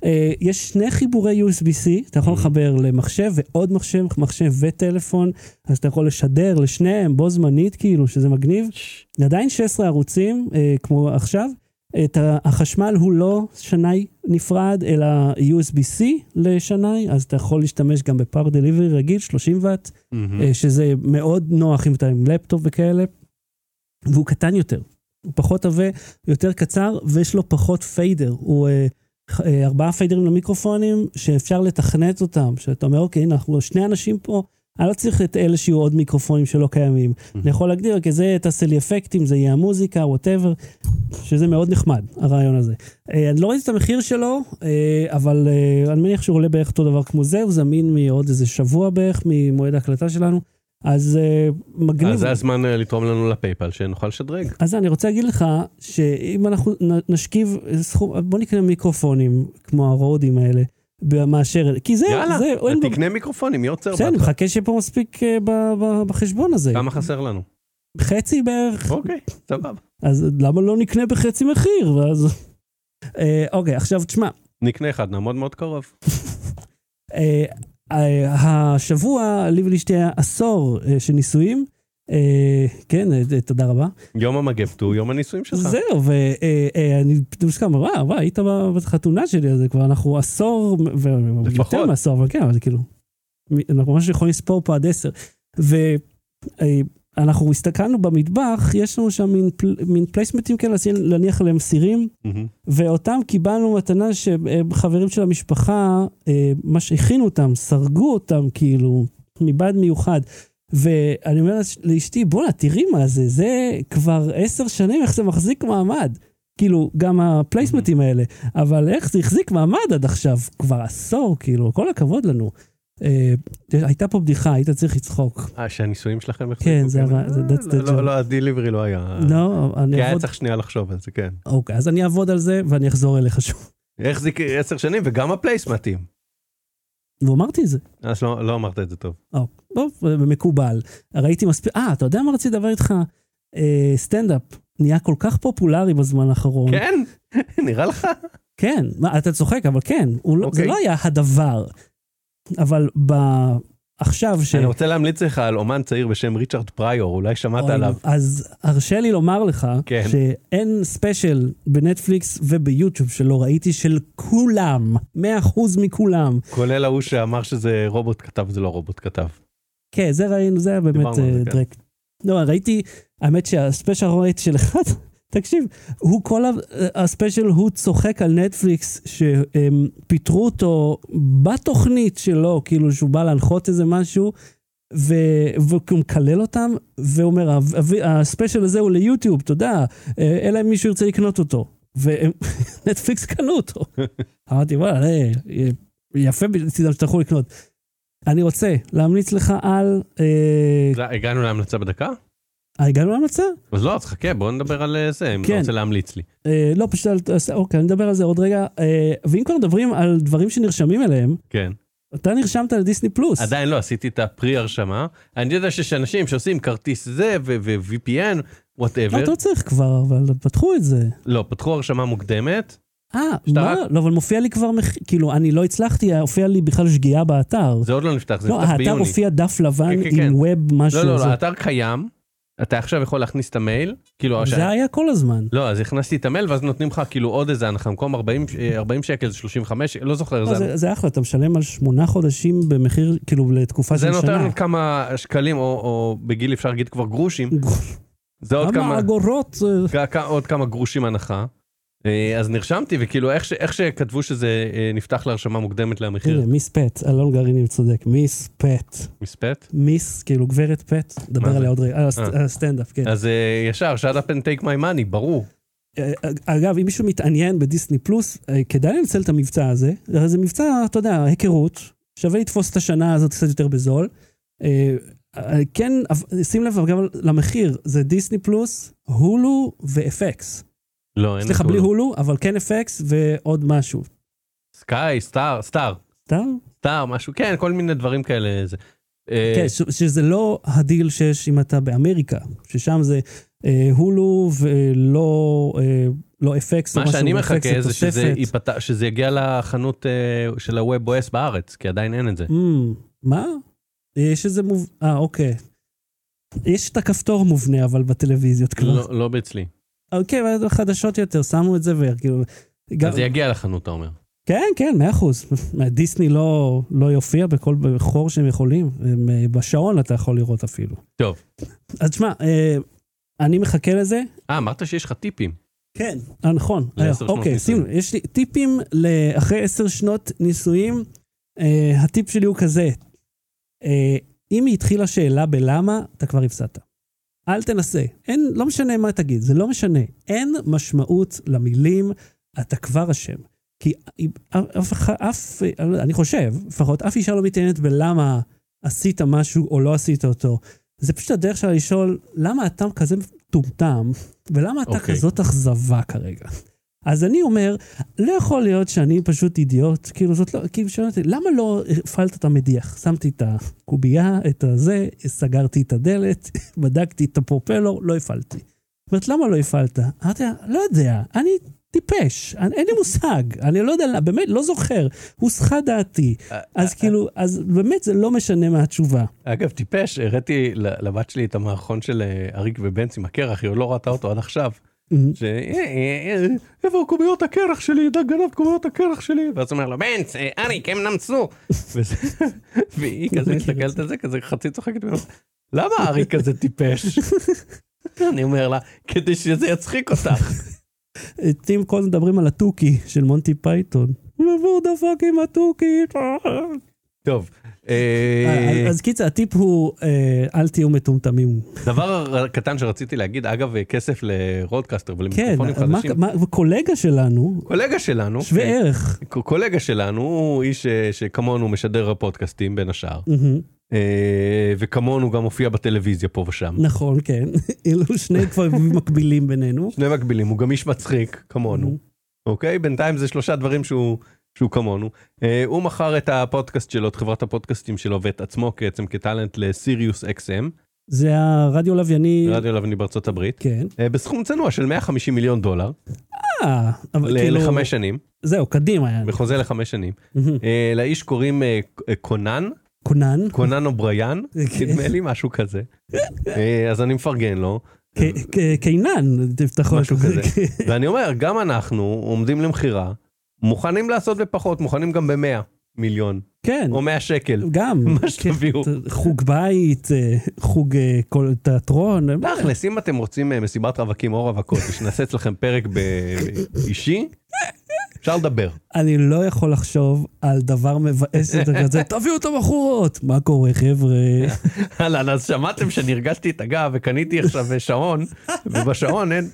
S1: אה, יש שני חיבורי USB-C, אתה יכול לחבר למחשב ועוד מחשב, מחשב וטלפון, אז אתה יכול לשדר לשניהם בו זמנית, כאילו, שזה מגניב. עדיין 16 ערוצים, אה, כמו עכשיו. את ה- החשמל הוא לא שנאי נפרד, אלא USB-C לשנאי, אז אתה יכול להשתמש גם בפאר דליברי רגיל, 30 ואט,
S2: Mm.
S1: אה, שזה מאוד נוח אם אתה עם לפטופ וכאלה, והוא קטן יותר. הוא פחות עבה, יותר קצר, ויש לו פחות פיידר. הוא אה, ח- אה, ארבעה פיידרים למיקרופונים שאפשר לתכנת אותם, שאתה אומר, אוקיי, הנה, אנחנו שני אנשים פה, אני לא צריך את אלה שיהיו עוד מיקרופונים שלא קיימים. אני יכול להגדיר, כי זה תעשה לי אפקטים, זה יהיה המוזיקה, ווטאבר, שזה מאוד נחמד, הרעיון הזה. אה, אני לא ראיתי את המחיר שלו, אה, אבל אה, אני מניח שהוא עולה בערך אותו דבר כמו זה, הוא זמין מעוד איזה שבוע בערך ממועד ההקלטה שלנו, אז אה, מגניב.
S2: אז זה הזמן אה, לתרום לנו לפייפל, שנוכל לשדרג.
S1: אז אני רוצה להגיד לך, שאם אנחנו נ- נשכיב סכום, בוא נקנה מיקרופונים, כמו הרודים האלה, מאשר, כי זה,
S2: יאללה,
S1: זה, אין בו-
S2: תקנה מיקרופונים, מי עוצר
S1: בסדר, אני
S2: בהתחלה?
S1: מחכה שיהיה פה מספיק אה, ב- ב- בחשבון הזה.
S2: כמה חסר לנו?
S1: חצי בערך,
S2: אוקיי, סבבה.
S1: אז למה לא נקנה בחצי מחיר? ואז... אה, אוקיי, עכשיו תשמע,
S2: נקנה אחד, נעמוד מאוד קרוב.
S1: אה, אה, השבוע לי ולאשתי היה עשור אה, של נישואים, אה, כן, אה, אה, תודה רבה.
S2: יום המגפטו הוא יום הנישואים שלך.
S1: זהו, ואני פתאום סתם, וואו, וואו, היית בחתונה שלי, אז כבר אנחנו עשור, ו- יותר מעשור, אבל כן, אבל זה כאילו, מ- אנחנו ממש יכולים לספור פה עד עשר. ואנחנו הסתכלנו במטבח, יש לנו שם מין פל- מין פלייסמטים כאלה, אז להניח עליהם סירים,
S2: מהמם.
S1: ואותם קיבלנו מתנה שחברים של המשפחה, אה, מה שהכינו אותם, סרגו אותם כאילו, מבעד מיוחד. ואני אומר לש- לאשתי, בואנה, תראי מה זה, זה כבר עשר שנים, איך זה מחזיק מעמד. כאילו, גם
S2: Mm-hmm.
S1: הפלייסמטים האלה, אבל איך זה החזיק מעמד עד עכשיו? כבר עשור, כאילו, כל הכבוד לנו. אה, הייתה פה בדיחה, היית צריך לצחוק.
S2: אה, שהנישואים שלכם החזיקו?
S1: כן, זה הרע- זה-
S2: אה,
S1: that's the
S2: לא, לא,
S1: joke.
S2: לא, הדליברי לא היה.
S1: לא,
S2: כי
S1: אני
S2: היה
S1: אעבוד...
S2: צריך שנייה לחשוב על זה, כן.
S1: אוקיי, אז אני אעבוד על זה ואני אחזור אליך שוב.
S2: איך זה כי- עשר שנים, וגם הפלייסמטים.
S1: ואמרתי את זה.
S2: אז לא לא אמרת את זה טוב.
S1: או, אה, טוב, מקובל. ראיתי מספיק, אה, אתה יודע מה רציתי לדבר איתך? אה, סטנדאפ נהיה כל כך פופולרי בזמן האחרון.
S2: כן? נראה לך?
S1: כן, מה, אתה צוחק, אבל כן, הוא לא- זה
S2: אוקיי.
S1: לא היה הדבר. אבל ב... עכשיו ש...
S2: אני רוצה להמליץ לך על אומן צעיר בשם ריצ'רד פריור, אולי שמעת
S1: אוי,
S2: עליו.
S1: אז הרשה לי לומר לך,
S2: כן.
S1: שאין ספיישל בנטפליקס וביוטיוב שלא ראיתי של כולם, 100% מכולם.
S2: כולל ההוא שאמר שזה רובוט כתב, זה לא רובוט כתב.
S1: כן, זה ראינו, זה היה באמת
S2: דיברנו על זה,
S1: אה,
S2: כן.
S1: דרק. לא, ראיתי, האמת שהספיישל רייט של אחד, תקשיב, הוא כל ה- אה, הספיישל, הוא צוחק על נטפליקס, שהם פיטרו אותו בתוכנית שלו, כאילו שהוא בא להנחות איזה משהו, ו- והוא מקלל אותם, ואומר, "ה- ה- הספיישל הזה הוא ליוטיוב, תודה, אה, אלא אם מישהו ירצה לקנות אותו. ונטפליקס קנו אותו. אמרתי, וואלה, אה, יפה בצדם שתלכו לקנות. אני רוצה להמליץ לך על... אה,
S2: זה- הגענו להמלצה בדקה?
S1: הגענו להמלצה?
S2: אז לא, אז חכה, בוא נדבר על אה, זה, אם אתה
S1: כן.
S2: רוצה להמליץ לי.
S1: אה, לא, פשוט... על- אז אוקיי, אני אדבר על זה עוד רגע. אה, ואם כבר מדברים על דברים שנרשמים אליהם,
S2: כן.
S1: אתה נרשמת לדיסני פלוס.
S2: עדיין לא עשיתי את הפרי הרשמה. אני יודע שיש אנשים שעושים כרטיס זה ו-VPN,
S1: לא,
S2: וואטאבר.
S1: אתה לא צריך כבר, אבל פתחו את זה.
S2: לא, פתחו הרשמה מוקדמת.
S1: אה,
S2: שאתה
S1: מה?
S2: רק-
S1: לא, אבל מופיע לי כבר, מח- כאילו, אני לא הצלחתי, הופיע לי בכלל שגיאה באתר.
S2: זה עוד לא נפתח, זה
S1: לא,
S2: נפתח
S1: האתר
S2: ביוני.
S1: הופיע דף לבן
S2: כן, כן, כן.
S1: עם ווב משהו.
S2: לא, לא, לא,
S1: זה-
S2: האתר קיים. אתה עכשיו יכול להכניס את המייל. כאילו, הש-
S1: זה היה כל הזמן.
S2: לא, אז הכנסתי את המייל, ואז נותנים לך כאילו עוד איזה הנחה, במקום 40 אה, 40 שקל זה 35, לא זוכר,
S1: לא,
S2: זה-
S1: זה- זה אחלה, אתה משלם על שמונה חודשים במחיר, כאילו, לתקופה של
S2: זה נותן
S1: שנה.
S2: עוד כמה שקלים, או- או בגיל אפשר להגיד כבר גרושים. זה עוד כמה...
S1: כמה אגורות? אה,
S2: כ- כ- עוד כמה גרושים הנחה. אה, אז נרשמתי, וכאילו איך, ש, איך שכתבו שזה אה, נפתח להרשמה מוקדמת למחיר,
S1: הנה, מיס פט, אלון גרעינים צודק, מיס פט.
S2: מספט,
S1: מיס, כאילו גברת פט, נדבר
S2: זה?
S1: עליה עוד רגע, על הסט-
S2: אה.
S1: על הסטנדאפ, כן.
S2: אז אה, ישר, shut up and take my money, ברור.
S1: אה, אגב, אם מישהו מתעניין בדיסני פלוס, אה, כדאי לנצל את המבצע הזה. הרי זה מבצע, אתה יודע, היכרות, שווה לתפוס את השנה הזאת קצת יותר בזול. אה, אה, כן, אבל שים לב גם למחיר, זה דיסני פלוס, הולו ואפקס.
S2: לא, אין
S1: סליחה, בלי הולו, אבל כן אפקס ועוד משהו.
S2: סקאי, סטאר, סטאר,
S1: אתה?
S2: סטאר, משהו, כן, כל מיני דברים כאלה. זה. אה,
S1: כן, ש- שזה לא הדיל שיש אם אתה באמריקה, ששם זה אה, הולו ולא אה, לא אפקס או
S2: מה
S1: משהו,
S2: שאני
S1: ואפקס
S2: מחכה זה שזה,
S1: תוספת.
S2: ייפתח, שזה יגיע לחנות אה, של הווב OS בארץ, כי עדיין אין את זה.
S1: אמ, מה? יש איזה מוב... אה, אוקיי. יש את הכפתור מובנה, אבל בטלוויזיות כבר.
S2: לא, לא אצלי.
S1: אוקיי, אבל חדשות יותר, שמו את זה וכאילו... גם-
S2: אז זה יגיע לחנות, אתה אומר.
S1: כן, כן, מאה אחוז. דיסני לא, לא יופיע בכל חור שהם יכולים. הם, אה, בשעון אתה יכול לראות אפילו.
S2: טוב.
S1: אז תשמע, אה, אני מחכה לזה.
S2: אה, אמרת שיש לך טיפים.
S1: כן. אה, נכון.
S2: לעשר
S1: אה,
S2: שנות
S1: אוקיי,
S2: נישואים.
S1: שים, לב, יש לי טיפים לאחרי עשר שנות נישואים. אה, הטיפ שלי הוא כזה, אה, אם היא התחילה שאלה בלמה, אתה כבר הפסדת. אל תנסה. אין, לא משנה מה תגיד, זה לא משנה. אין משמעות למילים, אתה כבר אשם. כי אף- אף, אח- אף, אני חושב, לפחות אף אישה לא מתעניינת בלמה עשית משהו או לא עשית אותו. זה פשוט הדרך שלה לשאול, למה אתה כזה מטומטם, ולמה אתה okay.
S2: אוקיי.
S1: כזאת אכזבה כרגע. אז אני אומר, לא יכול להיות שאני פשוט אידיוט, כאילו זאת לא, כאילו שואלים אותי, למה לא הפעלת את המדיח? שמתי את הקובייה, את הזה, סגרתי את הדלת, בדקתי את הפרופלור, לא הפעלתי. אומרת, למה לא הפעלת? אמרתי לה, לא יודע, אני טיפש, אני, אין לי מושג, אני לא יודע, באמת, לא זוכר, הוסחה דעתי.
S2: אה,
S1: אז כאילו, אז באמת זה לא משנה מה התשובה.
S2: אגב, טיפש, הראתי ל- לבת שלי את המערכון של אה, אריק ובנץ עם הקרח, היא עוד לא ראתה אותו עד עכשיו. ש... אה, אה, אה, איפה קוביות הקרח שלי? דג גנב קוביות הקרח שלי. ואז הוא אומר לו, בנץ, אה, אריק, הם נמצו. וזה- והיא כזה מסתכלת על זה, כזה חצי צוחקת ממנו. למה אריק כזה טיפש? אני אומר לה, כדי שזה יצחיק אותך.
S1: לעתים כל הזמן מדברים על התוכי של מונטי פייתון. עבור דפק עם התוכי.
S2: טוב, אה,
S1: אז קיצר, הטיפ הוא, אה, אל תהיו מטומטמים.
S2: דבר קטן שרציתי להגיד, אגב, אה, כסף לרודקאסטר
S1: כן,
S2: ולמיקרופונים
S1: מה-
S2: נכון, חדשים. אוקיי.
S1: מה- קולגה שלנו,
S2: קולגה שלנו,
S1: שווה
S2: כן,
S1: ערך.
S2: ק- קולגה שלנו, הוא איש אה, שכמונו משדר הפודקאסטים בין השאר,
S1: מהמם.
S2: אה, וכמונו גם הופיע בטלוויזיה פה ושם.
S1: נכון, כן. אלו שני כבר מקבילים בינינו.
S2: שני מקבילים, הוא גם איש מצחיק, כמונו, אוקיי? בינתיים זה שלושה דברים שהוא... שהוא כמונו, אה, הוא מכר את הפודקאסט שלו, את חברת הפודקאסטים שלו ואת עצמו בעצם כטאלנט לסיריוס
S1: כן.
S2: XM,
S1: זה הרדיו לווייני,
S2: לא רדיו לבני בארצות הברית,
S1: כן.
S2: אה, בסכום צנוע של 150 מיליון דולר.
S1: אה, אבל
S2: ל-
S1: כאילו...
S2: לחמש שנים,
S1: זהו, קדימה. יעני.
S2: בחוזה לחמש שנים.
S1: מהמם.
S2: אה, לאיש קוראים אה, אה, קונן,
S1: קונן?
S2: קונן אובריאן,
S1: כן.
S2: נדמה לי משהו כזה. אה, אז אני מפרגן לו,
S1: ק- ק- קינן, תפתחו.
S2: משהו כזה. ואני אומר, גם אנחנו עומדים למכירה, מוכנים לעשות בפחות, מוכנים גם ב-100 מיליון,
S1: כן,
S2: או 100 שקל.
S1: גם.
S2: מה שתביאו.
S1: כן, חוג בית, אה, חוג אה, כל- תיאטרון. אה,
S2: תכלס, אם אתם רוצים אה, מסיבת רווקים או רווקות, שנעשה אצלכם פרק ב- אישי, אפשר לדבר.
S1: אני לא יכול לחשוב על דבר מבאס יותר כזה, תביאו את הבחורות! מה קורה, חבר'ה? אה,
S2: אהלן, אז שמעתם שנרגשתי את הגב וקניתי עכשיו אה, שעון, ובשעון אין...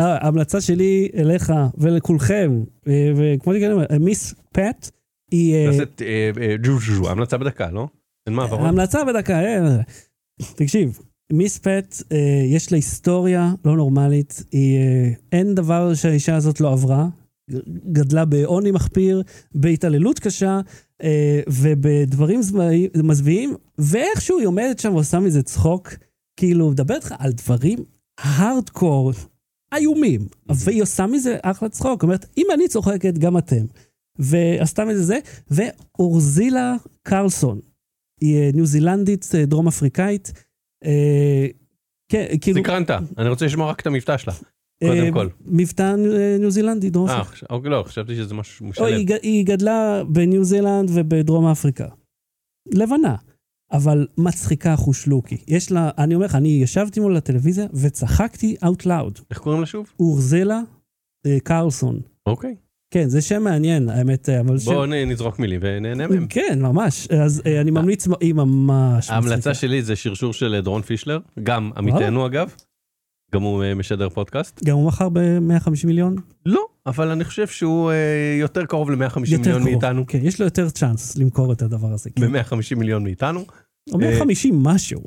S1: אה, ההמלצה שלי אליך ולכולכם, אה, וכמו שאני אומר, אה, מיס פט היא... אה,
S2: נעשית אה, אה, ג'ו ג'ו ג'ו, המלצה בדקה, לא? אין מה, עברות?
S1: המלצה בדקה, אה, תקשיב, מיס פט, אה, יש לה היסטוריה לא נורמלית, היא, אה, אין דבר שהאישה הזאת לא עברה, ג- גדלה בעוני מחפיר, בהתעללות קשה, אה, ובדברים זוועי- מזוויעים, ואיכשהו היא עומדת שם ועושה מזה צחוק, כאילו, מדברת לך על דברים הארדקור, איומים,
S2: Mhm.
S1: והיא עושה מזה אחלה צחוק, אומרת, אם אני צוחקת, גם אתם. ועשתה מזה זה, ואורזילה קרלסון, היא אה, ניו זילנדית, אה, דרום אפריקאית. אה, כן, כאילו...
S2: סקרנת, אני רוצה לשמוע רק את המבטא שלה.
S1: אה,
S2: קודם כל.
S1: מבטא אה, ניו זילנדי, דרום
S2: אה,
S1: אפריקאי.
S2: חש- אוקיי, לא, חשבתי שזה משהו
S1: או,
S2: משלב.
S1: היא ג- היא גדלה בניו זילנד ובדרום אפריקה. לבנה. אבל מצחיקה חושלוקי. יש לה, אני אומר לך, אני ישבתי מול הטלוויזיה וצחקתי out loud.
S2: איך קוראים לה שוב?
S1: אורזלה אה, קרלסון.
S2: אוקיי.
S1: כן, זה שם מעניין, האמת, אה, אבל...
S2: בואו נ- נזרוק מילים ונהנה מהם.
S1: שם... כן, ממש. אז אה, אני ממליץ, היא ממש מצחיקה.
S2: ההמלצה שלי זה שרשור של אה, דרון פישלר, גם
S1: אה?
S2: עמיתנו אגב. גם הוא אה, משדר פודקאסט.
S1: גם הוא מכר ב-150 מיליון?
S2: לא, אבל אני חושב שהוא אה, יותר קרוב ל-150
S1: יותר
S2: מיליון
S1: קרוב.
S2: מאיתנו.
S1: כן, יש לו יותר צ'אנס למכור את הדבר הזה. כן.
S2: ב-150 מיליון מאיתנו. אה,
S1: או 150 משהו.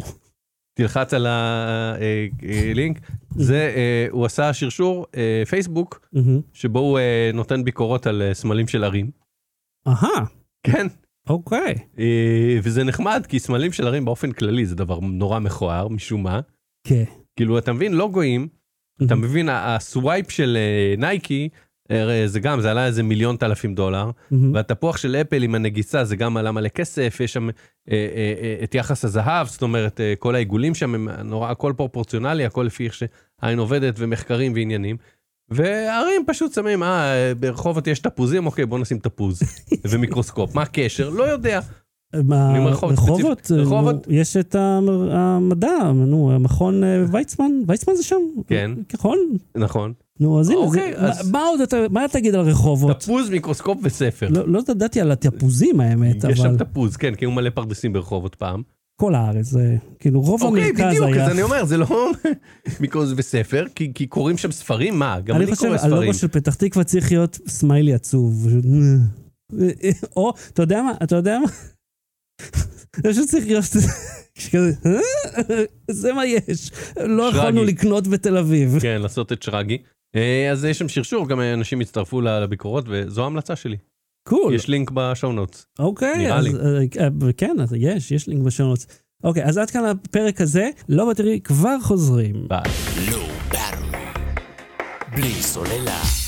S2: תלחץ על הלינק. זה, אה, הוא עשה שרשור אה, פייסבוק,
S1: מהמם.
S2: שבו הוא אה, נותן ביקורות על אה, סמלים של ערים.
S1: אהה,
S2: כן.
S1: אוקיי.
S2: אה, וזה נחמד, כי סמלים של ערים באופן כללי זה דבר נורא מכוער, משום מה.
S1: כן.
S2: כאילו, אתה מבין, לוגויים, אתה
S1: מהמם.
S2: מבין, ה- הסווייפ של אה, נייקי, אה, הרי זה גם, זה עלה איזה מיליון תלפים דולר,
S1: מהמם.
S2: והתפוח של אפל עם הנגיסה זה גם עלה מלא כסף, יש שם אה, אה, אה, את יחס הזהב, זאת אומרת, אה, כל העיגולים שם הם נורא, הכל פרופורציונלי, הכל לפי איך שהעין עובדת ומחקרים ועניינים. והערים פשוט שמים, אה, ברחובות יש תפוזים, אוקיי, בוא נשים תפוז ומיקרוסקופ. מה הקשר? לא יודע.
S1: מה-
S2: אני אומר רחוב, ספציפית.
S1: רחובות, אה,
S2: רחובות.
S1: נו, יש את המ- המדע, נו, המכון אה, ויצמן, ויצמן זה שם?
S2: כן.
S1: נכון?
S2: נכון.
S1: נו, אז הנה,
S2: אוקיי,
S1: זה- מה-
S2: אז-
S1: מה עוד אתה, מה תגיד על רחובות?
S2: תפוז, מיקרוסקופ וספר.
S1: לא לא ידעתי על התפוזים האמת,
S2: יש
S1: לא, אבל
S2: שם תפוז, כן, כי היו מלא פרדסים ברחובות פעם.
S1: כל הארץ, זה כאילו רוב
S2: אוקיי,
S1: המרכז
S2: בדיוק,
S1: היה...
S2: אז אני אומר, זה לא מיקרוסקופ וספר, כי כי קוראים שם ספרים, מה? גם
S1: אני לא
S2: אני
S1: חושב,
S2: קורא ספרים.
S1: הלוגו של פתח תקווה צריך להיות סמיילי עצוב. פשוט, "אה". או, אתה יודע מה, אתה יודע מה? זה פשוט צריך להיות כזה, "אה?" זה מה יש. לא
S2: שרגי.
S1: יכולנו לקנות בתל אביב.
S2: כן, לעשות את שרגי. אה, אז יש שם שרשור, גם אנשים הצטרפו ל- לביקורות, וזו ההמלצה שלי.
S1: קול.
S2: יש לינק בשואו נוטס.
S1: אוקיי,
S2: נראה
S1: אז,
S2: לי.
S1: אה, כן, אז יש, יש לינק בשונות. אוקיי, אז עד כאן הפרק הזה. לא בטרי, כבר חוזרים.
S2: ביי.
S3: Low Battery. בלי סוללה.